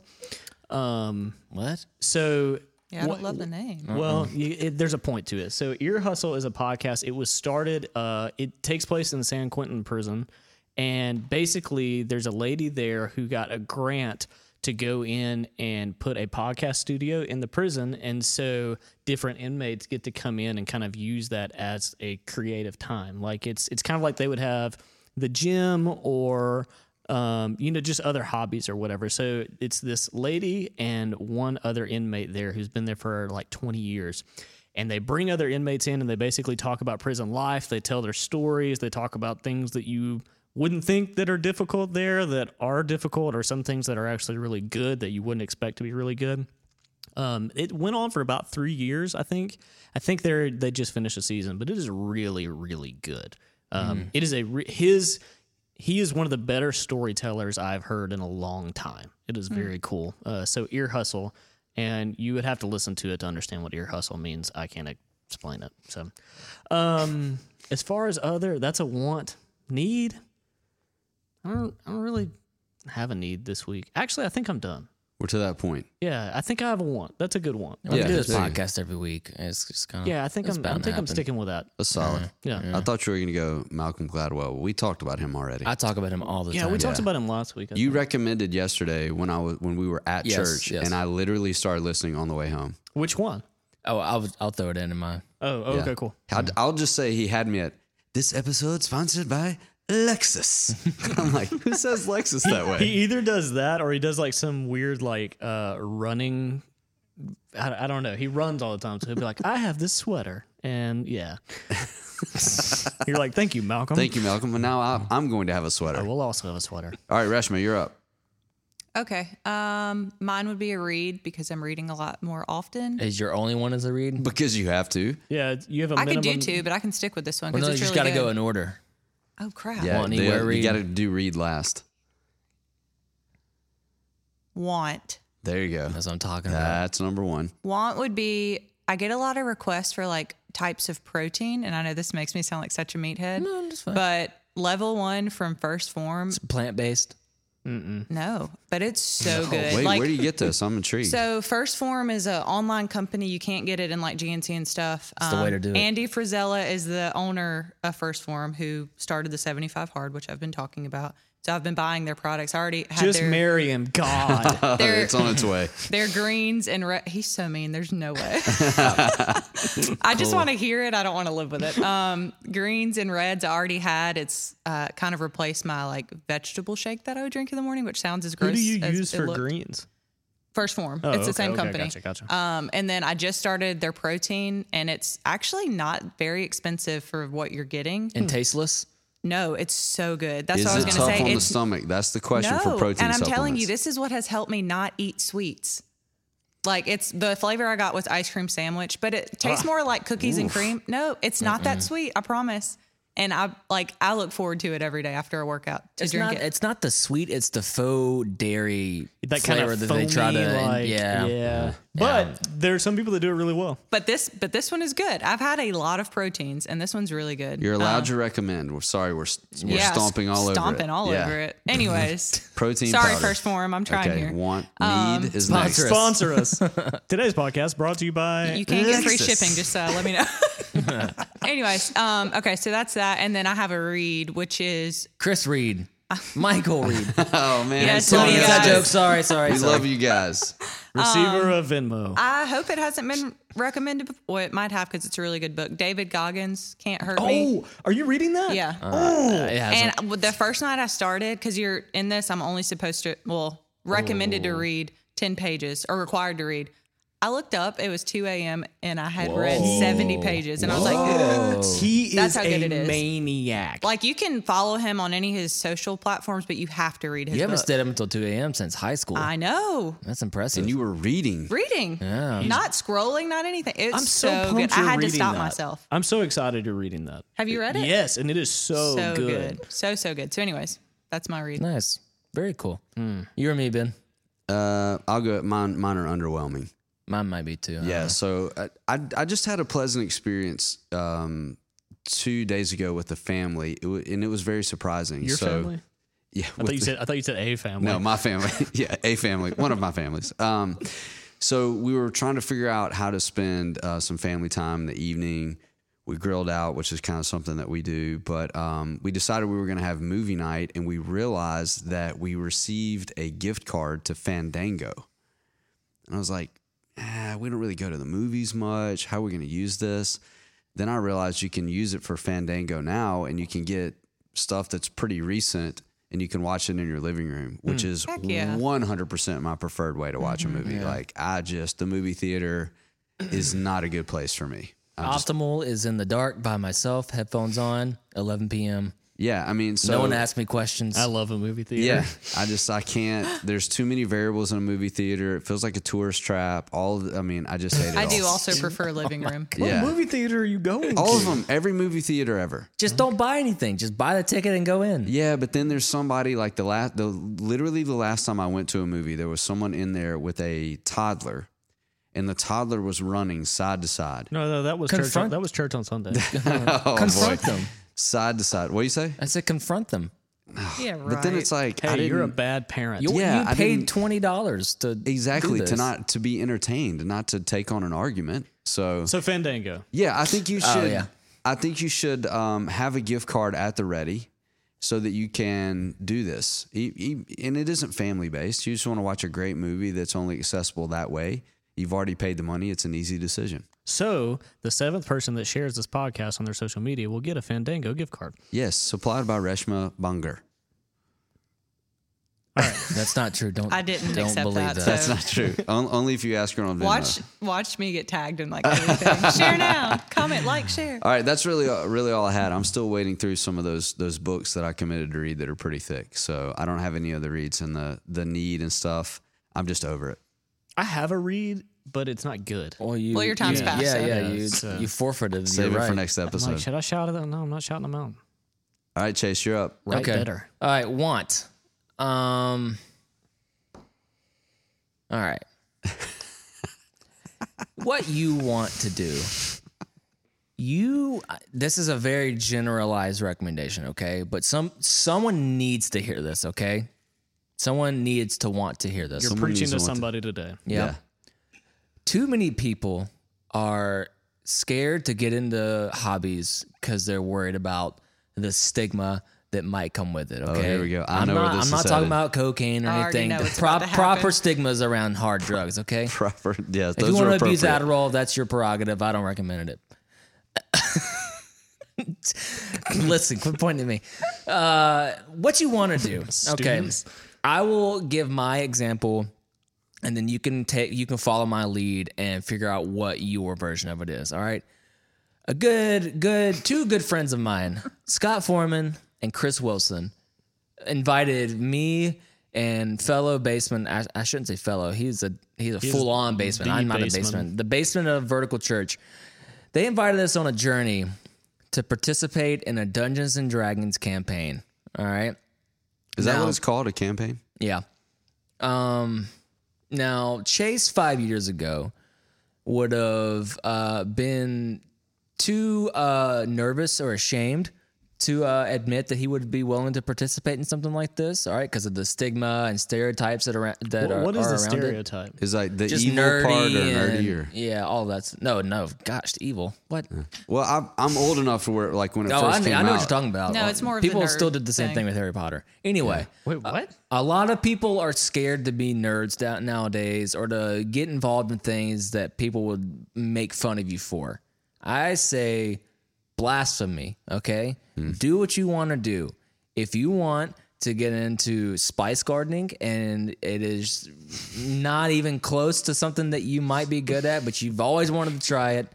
Speaker 3: Um,
Speaker 2: What?
Speaker 3: so
Speaker 5: Yeah, I
Speaker 3: what-
Speaker 5: don't love the name.
Speaker 3: well, you, it, there's a point to it. So, Ear Hustle is a podcast. It was started. Uh, it takes place in San Quentin prison, and basically, there's a lady there who got a grant to go in and put a podcast studio in the prison, and so different inmates get to come in and kind of use that as a creative time. Like it's it's kind of like they would have the gym or um, you know, just other hobbies or whatever. So it's this lady and one other inmate there who's been there for like 20 years. And they bring other inmates in and they basically talk about prison life. They tell their stories. They talk about things that you wouldn't think that are difficult there that are difficult or some things that are actually really good that you wouldn't expect to be really good. Um, it went on for about three years, I think. I think they're they just finished the season, but it is really, really good. Um, It is a re- his he is one of the better storytellers I've heard in a long time. It is very cool. Uh, so ear hustle, and you would have to listen to it to understand what ear hustle means. I can't explain it. So, um, as far as other, that's a want need. I don't. I don't really have a need this week. Actually, I think I'm done.
Speaker 4: We're to that point.
Speaker 3: Yeah, I think I have a one. That's a good one.
Speaker 2: We
Speaker 4: Yeah,
Speaker 2: do this
Speaker 4: there you go.
Speaker 2: podcast every week. It's just kind of
Speaker 3: Yeah, I think I'm. I think I'm sticking with that.
Speaker 4: That's solid.
Speaker 3: Yeah.
Speaker 4: I thought you were going to go Malcolm Gladwell. We talked about him already.
Speaker 2: I talk about him all the
Speaker 3: Yeah,
Speaker 2: time.
Speaker 3: we talked about him last week. I
Speaker 4: you
Speaker 3: think.
Speaker 4: recommended yesterday when I was when we were at
Speaker 2: Yes,
Speaker 4: church,
Speaker 2: yes.
Speaker 4: and I literally started listening on the way home.
Speaker 3: Which one?
Speaker 2: Oh, I'll I'll throw it in in my.
Speaker 3: Oh, oh,
Speaker 4: Yeah.
Speaker 3: okay, cool.
Speaker 4: I'd- I'll just say he had me at this episode sponsored by Lexus. I'm like, who says Lexus that
Speaker 3: He
Speaker 4: way?
Speaker 3: either does that or he does like some weird like uh running. I, I don't know. He runs all the time, so he'll be like, "I have this sweater," and yeah. You're like, "Thank you, Malcolm."
Speaker 4: Thank you, Malcolm. And now I, I'm going to have a sweater.
Speaker 3: I
Speaker 4: All
Speaker 3: will also have a sweater.
Speaker 4: right, Rashma, you're up.
Speaker 5: Okay. Um, mine would be a read because I'm reading a lot more often.
Speaker 2: Is your only one as a read?
Speaker 4: Because you have to.
Speaker 3: Yeah, you have a
Speaker 5: I could
Speaker 3: minimum.
Speaker 5: do two, but I can stick with this one
Speaker 2: Well,
Speaker 5: because
Speaker 2: no, you
Speaker 5: it's
Speaker 2: just
Speaker 5: really
Speaker 2: got to
Speaker 5: good.
Speaker 2: go in order.
Speaker 5: oh crap!
Speaker 4: Yeah,
Speaker 2: Want
Speaker 4: they-
Speaker 2: anywhere
Speaker 4: you
Speaker 2: read.
Speaker 4: got to do read last.
Speaker 5: Want
Speaker 4: There you go.
Speaker 2: That's what I'm talking about.
Speaker 4: That's number one.
Speaker 5: want would be. I get a lot of requests for like types of protein, and I know this makes me sound like such a meathead,
Speaker 2: No, it's fine.
Speaker 5: but level one from first form,
Speaker 2: Plant based.
Speaker 5: no, but it's so good.
Speaker 4: Wait,
Speaker 5: like,
Speaker 4: where do you get this? I'm intrigued.
Speaker 5: So First Form is an online company. You can't get it in like GNC and stuff. That's
Speaker 2: the way to do it.
Speaker 5: Andy Frizella is the owner of First Form, who started the 75 Hard, which I've been talking about. So I've been buying their products. I already had
Speaker 3: Just
Speaker 5: their,
Speaker 3: marry him, God.
Speaker 5: their,
Speaker 4: it's on its way.
Speaker 5: their greens and re- he's so mean. There's no way. I just want to hear it. I don't want to live with it. Um, greens and reds I already had. It's uh, kind of replaced my like vegetable shake that I would drink in the morning, which sounds as gross.
Speaker 3: Who do you
Speaker 5: as
Speaker 3: use
Speaker 5: it
Speaker 3: for
Speaker 5: looked.
Speaker 3: greens?
Speaker 5: First Form.
Speaker 3: Oh,
Speaker 5: it's
Speaker 3: okay,
Speaker 5: the same
Speaker 3: okay,
Speaker 5: company.
Speaker 3: gotcha, gotcha.
Speaker 5: Um, and then I just started their protein, and it's actually not very expensive for what you're getting.
Speaker 3: Hmm.
Speaker 2: and tasteless.
Speaker 5: No, it's so good. That's
Speaker 4: Is
Speaker 5: what I was
Speaker 4: it
Speaker 5: going to
Speaker 4: tough
Speaker 5: say.
Speaker 4: on the
Speaker 5: it's
Speaker 4: stomach? That's the question
Speaker 5: no,
Speaker 4: for protein
Speaker 5: and I'm telling you,
Speaker 4: supplements.
Speaker 5: this is what has helped me not eat sweets. Like it's the flavor I got was ice cream sandwich, but it
Speaker 4: Ah.
Speaker 5: tastes more like cookies and cream. No, it's not that sweet. I promise. And I like I look forward to it every day after a workout to
Speaker 2: It's
Speaker 5: drink
Speaker 2: not.
Speaker 5: it.
Speaker 2: It's not the sweet. It's the faux dairy
Speaker 3: That kind
Speaker 2: flavor
Speaker 3: of
Speaker 2: that
Speaker 3: foamy,
Speaker 2: they try to.
Speaker 3: like,
Speaker 2: yeah.
Speaker 3: But there are some people that do it really well.
Speaker 5: But this but this one is good. I've had a lot of proteins, and this one's really good.
Speaker 4: You're allowed to recommend. We're sorry, we're, s- we're
Speaker 5: um, Yeah, s-
Speaker 4: stomping all over
Speaker 5: Stomping
Speaker 4: it.
Speaker 5: all
Speaker 4: Yeah.
Speaker 5: over it. Anyways,
Speaker 4: Protein
Speaker 5: Sorry,
Speaker 4: powder.
Speaker 5: first form. I'm trying
Speaker 4: okay,
Speaker 5: here. Um,
Speaker 4: want need is next.
Speaker 2: Sponsor us.
Speaker 3: Sponsor us. Today's podcast brought to you by.
Speaker 5: You can't get free
Speaker 4: Lexus.
Speaker 5: shipping. Just uh, let me know. Anyways, um, okay, so that's that, and then I have a read, which is
Speaker 2: Chris Reed, Michael Reed.
Speaker 4: Oh man,
Speaker 5: Yeah,
Speaker 4: I'm
Speaker 5: so
Speaker 4: sorry.
Speaker 5: you
Speaker 2: Inside
Speaker 5: guys.
Speaker 2: joke. Sorry, sorry.
Speaker 4: we
Speaker 2: sorry.
Speaker 4: love you guys.
Speaker 3: Receiver of Venmo.
Speaker 5: um, I hope it hasn't been recommended. Before. Well, it might have because it's a really good book. David Goggins can't hurt me.
Speaker 3: oh, are you reading that?
Speaker 5: Yeah.
Speaker 2: Uh, it has
Speaker 5: and w- the first night I started, because you're in this, I'm only supposed to, well, recommended
Speaker 3: Oh.
Speaker 5: to read 10 pages or required to read. I looked up, it was 2 a.m., and I had read 70 pages. And I was like, "Ugh."
Speaker 3: He is
Speaker 5: That's how good
Speaker 3: a
Speaker 5: it is.
Speaker 3: maniac.
Speaker 5: like, you can follow him on any of his social platforms, but you have to read his
Speaker 2: you haven't
Speaker 5: book.
Speaker 2: stayed up until 2 a.m. since high school.
Speaker 5: I know.
Speaker 2: That's impressive.
Speaker 4: And you were reading.
Speaker 5: Reading,
Speaker 2: Yeah.
Speaker 5: not scrolling, not anything. It's
Speaker 3: I'm so, pumped
Speaker 5: good. I
Speaker 3: you're
Speaker 5: had to
Speaker 3: reading
Speaker 5: stop
Speaker 3: that.
Speaker 5: myself.
Speaker 3: I'm so excited you're reading that.
Speaker 5: Have you read it?
Speaker 3: Yes, and it is so,
Speaker 5: So
Speaker 3: Oh, good.
Speaker 5: good. So, so good. So, anyways, that's my read.
Speaker 2: nice. Very cool.
Speaker 4: Hmm.
Speaker 2: You or me, Ben?
Speaker 4: Uh, I'll go. Mine, mine are underwhelming.
Speaker 2: Mine might be too.
Speaker 5: Uh-huh.
Speaker 4: Yeah. So I, I, I just had a pleasant experience um, two days ago with the family, it wa and it was very surprising.
Speaker 3: Your
Speaker 4: so,
Speaker 3: family?
Speaker 4: Yeah.
Speaker 3: I thought you said I thought you said a family.
Speaker 4: No, my family. yeah, a family. One of my families. Um, so we were trying to figure out how to spend uh, some family time in the evening. We grilled out, which is kind of something that we do, but um, we decided we were going to have movie night, and we realized that we received a gift card to Fandango. And I was like, ah, we don't really go to the movies much. How are we going to use this? Then I realized you can use it for Fandango now and you can get stuff that's pretty recent and you can watch it in your living room,
Speaker 3: Hmm.
Speaker 4: which is
Speaker 5: Heck yeah.
Speaker 4: 100% my preferred way to watch
Speaker 3: Mm-hmm.
Speaker 4: a movie. Like, I just, the movie theater is not a good place for me. I just-
Speaker 2: Optimal is in the dark by myself, headphones on, 11 p.m.
Speaker 4: yeah. I mean, so.
Speaker 2: No one asked me questions.
Speaker 3: I love a movie theater.
Speaker 4: Yeah, I just I can't. There's too many variables in a movie theater. It feels like a tourist trap. All of the- I mean, I just hate it.
Speaker 5: I
Speaker 4: all.
Speaker 5: do also prefer living room.
Speaker 3: What
Speaker 4: Yeah.
Speaker 3: movie theater are you going?
Speaker 4: all
Speaker 3: to?
Speaker 4: of them. Every movie theater ever.
Speaker 2: Just don't buy anything. Just buy the ticket and go in.
Speaker 4: Yeah, but then there's somebody like the last, the literally the last time I went to a movie, there was someone in there with a toddler, and the toddler was running side to side.
Speaker 3: No, no, that was church. On,
Speaker 2: Confront-
Speaker 3: that was church on Sunday.
Speaker 4: Oh,
Speaker 2: confront
Speaker 4: boy.
Speaker 2: them.
Speaker 4: Side to side. What do you say?
Speaker 2: I said confront them.
Speaker 5: Yeah, right.
Speaker 4: But then it's like, I
Speaker 3: Hey, you're a
Speaker 4: didn't-
Speaker 3: bad parent.
Speaker 2: You,
Speaker 4: Yeah,
Speaker 2: you
Speaker 4: I
Speaker 2: paid
Speaker 4: didn't-
Speaker 2: twenty dollars to do
Speaker 4: exactly to
Speaker 2: this.
Speaker 4: not to be entertained, not to take on an argument. So
Speaker 3: so Fandango.
Speaker 4: Yeah, I think you should.
Speaker 2: Oh, yeah.
Speaker 4: I think you should um, have a gift card at the ready so that you can do this. E- e- And it isn't family based. You just want to watch a great movie that's only accessible that way. You've already paid the money. It's an easy decision.
Speaker 3: So the seventh person that shares this podcast on their social media will get a Fandango gift card.
Speaker 4: Yes, supplied by Reshma Bunger.
Speaker 2: That's not true. Don't
Speaker 5: I didn't
Speaker 2: don't
Speaker 5: accept
Speaker 2: believe
Speaker 5: that,
Speaker 2: that.
Speaker 5: so-
Speaker 4: That's not true. On- only if you ask her on Venmo.
Speaker 5: Watch watch me get tagged in like everything. share now. Comment, like, share.
Speaker 4: All right, that's really uh, really all I had. I'm still wading through some of those those books that I committed to read that are pretty thick. So I don't have any other reads in the the need and stuff. I'm just over it.
Speaker 3: I have a read, but it's not good.
Speaker 2: Well, you,
Speaker 5: Well, your time's
Speaker 2: you,
Speaker 5: passed,
Speaker 2: Yeah,
Speaker 5: so-
Speaker 2: yeah.
Speaker 3: Yeah,
Speaker 2: you
Speaker 3: so-
Speaker 2: you forfeited.
Speaker 4: Save
Speaker 2: You're
Speaker 4: it for
Speaker 2: right.
Speaker 4: next
Speaker 3: I'm
Speaker 4: episode.
Speaker 3: like, should I shout it out? No, I'm not shouting them out.
Speaker 4: All right, Chase, you're up.
Speaker 3: Right better.
Speaker 2: All right, want. Um. All right. what you want to do? You. This is a very generalized recommendation, okay? But some someone needs to hear this, okay? Someone needs to want to hear this.
Speaker 3: You're
Speaker 4: Someone
Speaker 3: preaching
Speaker 4: needs
Speaker 3: to
Speaker 4: to want to-
Speaker 3: somebody today.
Speaker 2: yeah. Too many people are scared to get into hobbies because they're worried about the stigma that might come with it. Okay,
Speaker 4: Oh, here we go. I
Speaker 2: am
Speaker 4: know where
Speaker 2: not,
Speaker 4: this
Speaker 2: I'm
Speaker 4: is
Speaker 2: not talking
Speaker 4: headed.
Speaker 2: about cocaine or
Speaker 5: I already
Speaker 2: anything.
Speaker 5: know
Speaker 2: The
Speaker 5: it's about
Speaker 2: prop-
Speaker 5: to happen.
Speaker 2: proper stigmas around hard drugs. Okay,
Speaker 4: Proper. Yes,
Speaker 2: if
Speaker 4: those
Speaker 2: you
Speaker 4: are
Speaker 2: want to abuse
Speaker 4: appropriate.
Speaker 2: Adderall, that's your prerogative. I don't recommend it. Listen, quit pointing at me. Uh, what you want to do? Okay,
Speaker 3: Students.
Speaker 2: I will give my example, and then you can take you can follow my lead and figure out what your version of it is. All right. A good, good, two good friends of mine, Scott Foreman and Chris Wilson, invited me and fellow basement. I, I shouldn't say fellow. He's a he's a full on basement.
Speaker 3: the
Speaker 2: I'm not
Speaker 3: basement.
Speaker 2: a basement. The basement of Vertical Church. They invited us on a journey to participate in a Dungeons and Dragons campaign. All right.
Speaker 4: Is that
Speaker 2: No.
Speaker 4: what it's called? A campaign?
Speaker 2: Yeah. Um now Chase 5 years ago would have uh been too uh nervous or ashamed to uh, admit that he would be willing to participate in something like this, all right, because of the stigma and stereotypes that are that
Speaker 3: What-
Speaker 2: are,
Speaker 3: what is
Speaker 2: are
Speaker 3: the
Speaker 2: around it.
Speaker 3: stereotype?
Speaker 4: Is like the
Speaker 2: Just
Speaker 4: evil
Speaker 2: nerdy,
Speaker 4: part or
Speaker 2: and-
Speaker 4: nerdy or?
Speaker 2: yeah, all that's no, no, gosh, evil. What?
Speaker 4: Well, I'm, I'm old enough to where like when it
Speaker 2: Oh, I,
Speaker 4: first came
Speaker 2: I know
Speaker 4: out.
Speaker 2: what you're talking about.
Speaker 5: No, it's more of the
Speaker 2: people
Speaker 5: nerd
Speaker 2: still did the same
Speaker 5: thing.
Speaker 2: thing. with Harry Potter. Anyway,
Speaker 3: Wait, what?
Speaker 2: A lot of people are scared to be nerds da- nowadays or to get involved in things that people would make fun of you for. I say blasphemy, okay? Do what you want to do. If you want to get into spice gardening and it is not even close to something that you might be good at, but you've always wanted to try it,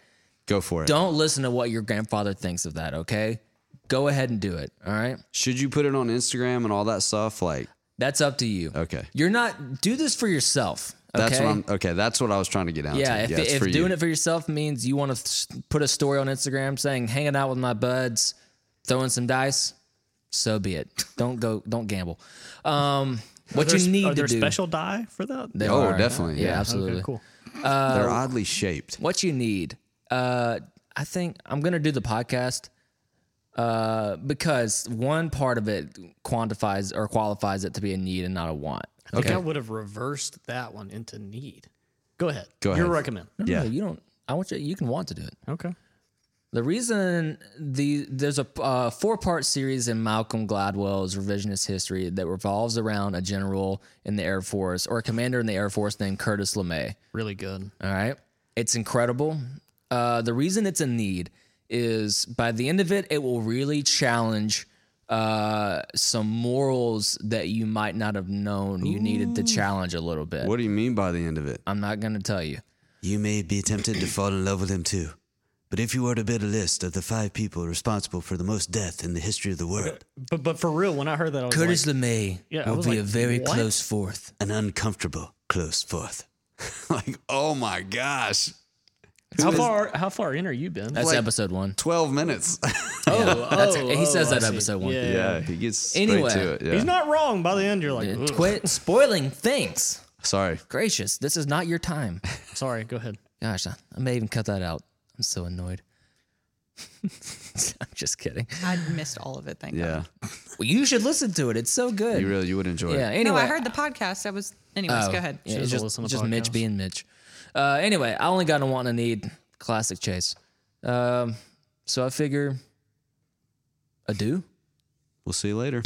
Speaker 4: Go for it.
Speaker 2: don't listen to what your grandfather thinks of that, okay? Go ahead and do it, all right?
Speaker 4: Should you put it on Instagram and all that stuff? Like
Speaker 2: That's up to you.
Speaker 4: Okay.
Speaker 2: You're not do this for yourself.
Speaker 4: that's
Speaker 2: okay?
Speaker 4: what I'm. Okay, that's what I was trying to get down
Speaker 2: Yeah,
Speaker 4: to.
Speaker 2: if,
Speaker 4: yeah, it's
Speaker 2: if
Speaker 4: for you.
Speaker 2: doing it for yourself means you want to put a story on Instagram saying hanging out with my buds, throwing some dice, so be it. Don't go, don't gamble. Um, what
Speaker 3: There's-
Speaker 2: you need
Speaker 3: are there
Speaker 2: to do.
Speaker 3: special die for that?
Speaker 2: There
Speaker 4: Oh,
Speaker 2: are,
Speaker 4: definitely,
Speaker 2: Yeah,
Speaker 4: yeah.
Speaker 2: absolutely.
Speaker 3: Okay, cool.
Speaker 4: They're
Speaker 2: Uh,
Speaker 4: oddly shaped.
Speaker 2: What you need. Uh, I think I'm gonna do the podcast. Uh, because one part of it quantifies or qualifies it to be a need and not a want.
Speaker 3: I think I would have reversed that one into need. Go ahead.
Speaker 4: Go
Speaker 3: Your
Speaker 4: ahead.
Speaker 3: recommend.
Speaker 2: No,
Speaker 4: Yeah.
Speaker 2: you don't. I want you. You can want to do it.
Speaker 3: Okay.
Speaker 2: The reason the there's a uh, four part series in Malcolm Gladwell's revisionist history that revolves around a general in the Air Force or a commander in the Air Force named Curtis LeMay.
Speaker 3: Really good.
Speaker 2: All right, it's incredible. Uh, the reason it's a need is by the end of it, it will really challenge uh, some morals that you might not have known you needed to challenge a little bit.
Speaker 4: What do you mean by the end of it?
Speaker 2: I'm not going to tell you.
Speaker 4: You may be tempted to fall in love with him too, but if you were to build a list of the five people responsible for the most death in the history of the world,
Speaker 3: But but for real, when I heard that, I was
Speaker 2: Curtis
Speaker 3: like,
Speaker 2: LeMay
Speaker 3: Yeah, I
Speaker 2: will
Speaker 3: was
Speaker 2: be
Speaker 3: like,
Speaker 2: a very
Speaker 3: what?
Speaker 2: close fourth.
Speaker 4: an uncomfortable close fourth. like, oh my gosh,
Speaker 3: how far how far in are you been?
Speaker 2: That's
Speaker 4: Like-
Speaker 2: episode one.
Speaker 4: twelve minutes.
Speaker 3: oh,
Speaker 2: That's, he says
Speaker 3: oh,
Speaker 2: that
Speaker 3: I see.
Speaker 2: episode one.
Speaker 3: Yeah.
Speaker 4: Yeah, he gets straight
Speaker 2: Anyway,
Speaker 4: to it. Yeah.
Speaker 3: He's not wrong. By the end, you're like, "Ugh."
Speaker 2: Quit spoiling things.
Speaker 4: Sorry.
Speaker 2: Gracious, this is not your time.
Speaker 3: Sorry. Go ahead.
Speaker 2: Gosh, I I may even cut that out. I'm so annoyed. I'm just kidding.
Speaker 5: I missed all of it. Thank
Speaker 4: Yeah.
Speaker 5: God.
Speaker 2: Well, you should listen to it. It's so good.
Speaker 4: You really you would enjoy
Speaker 2: yeah.
Speaker 4: it.
Speaker 2: Anyway,
Speaker 5: No, I heard the podcast. I was, anyways.
Speaker 2: Oh,
Speaker 5: go ahead.
Speaker 2: yeah,
Speaker 3: Should've
Speaker 2: it's just,
Speaker 3: listened to
Speaker 2: just Mitch
Speaker 3: podcasts.
Speaker 2: being Mitch. Uh, anyway, I only got a want and a need classic chase. Um, so I figure adieu.
Speaker 4: We'll see you later.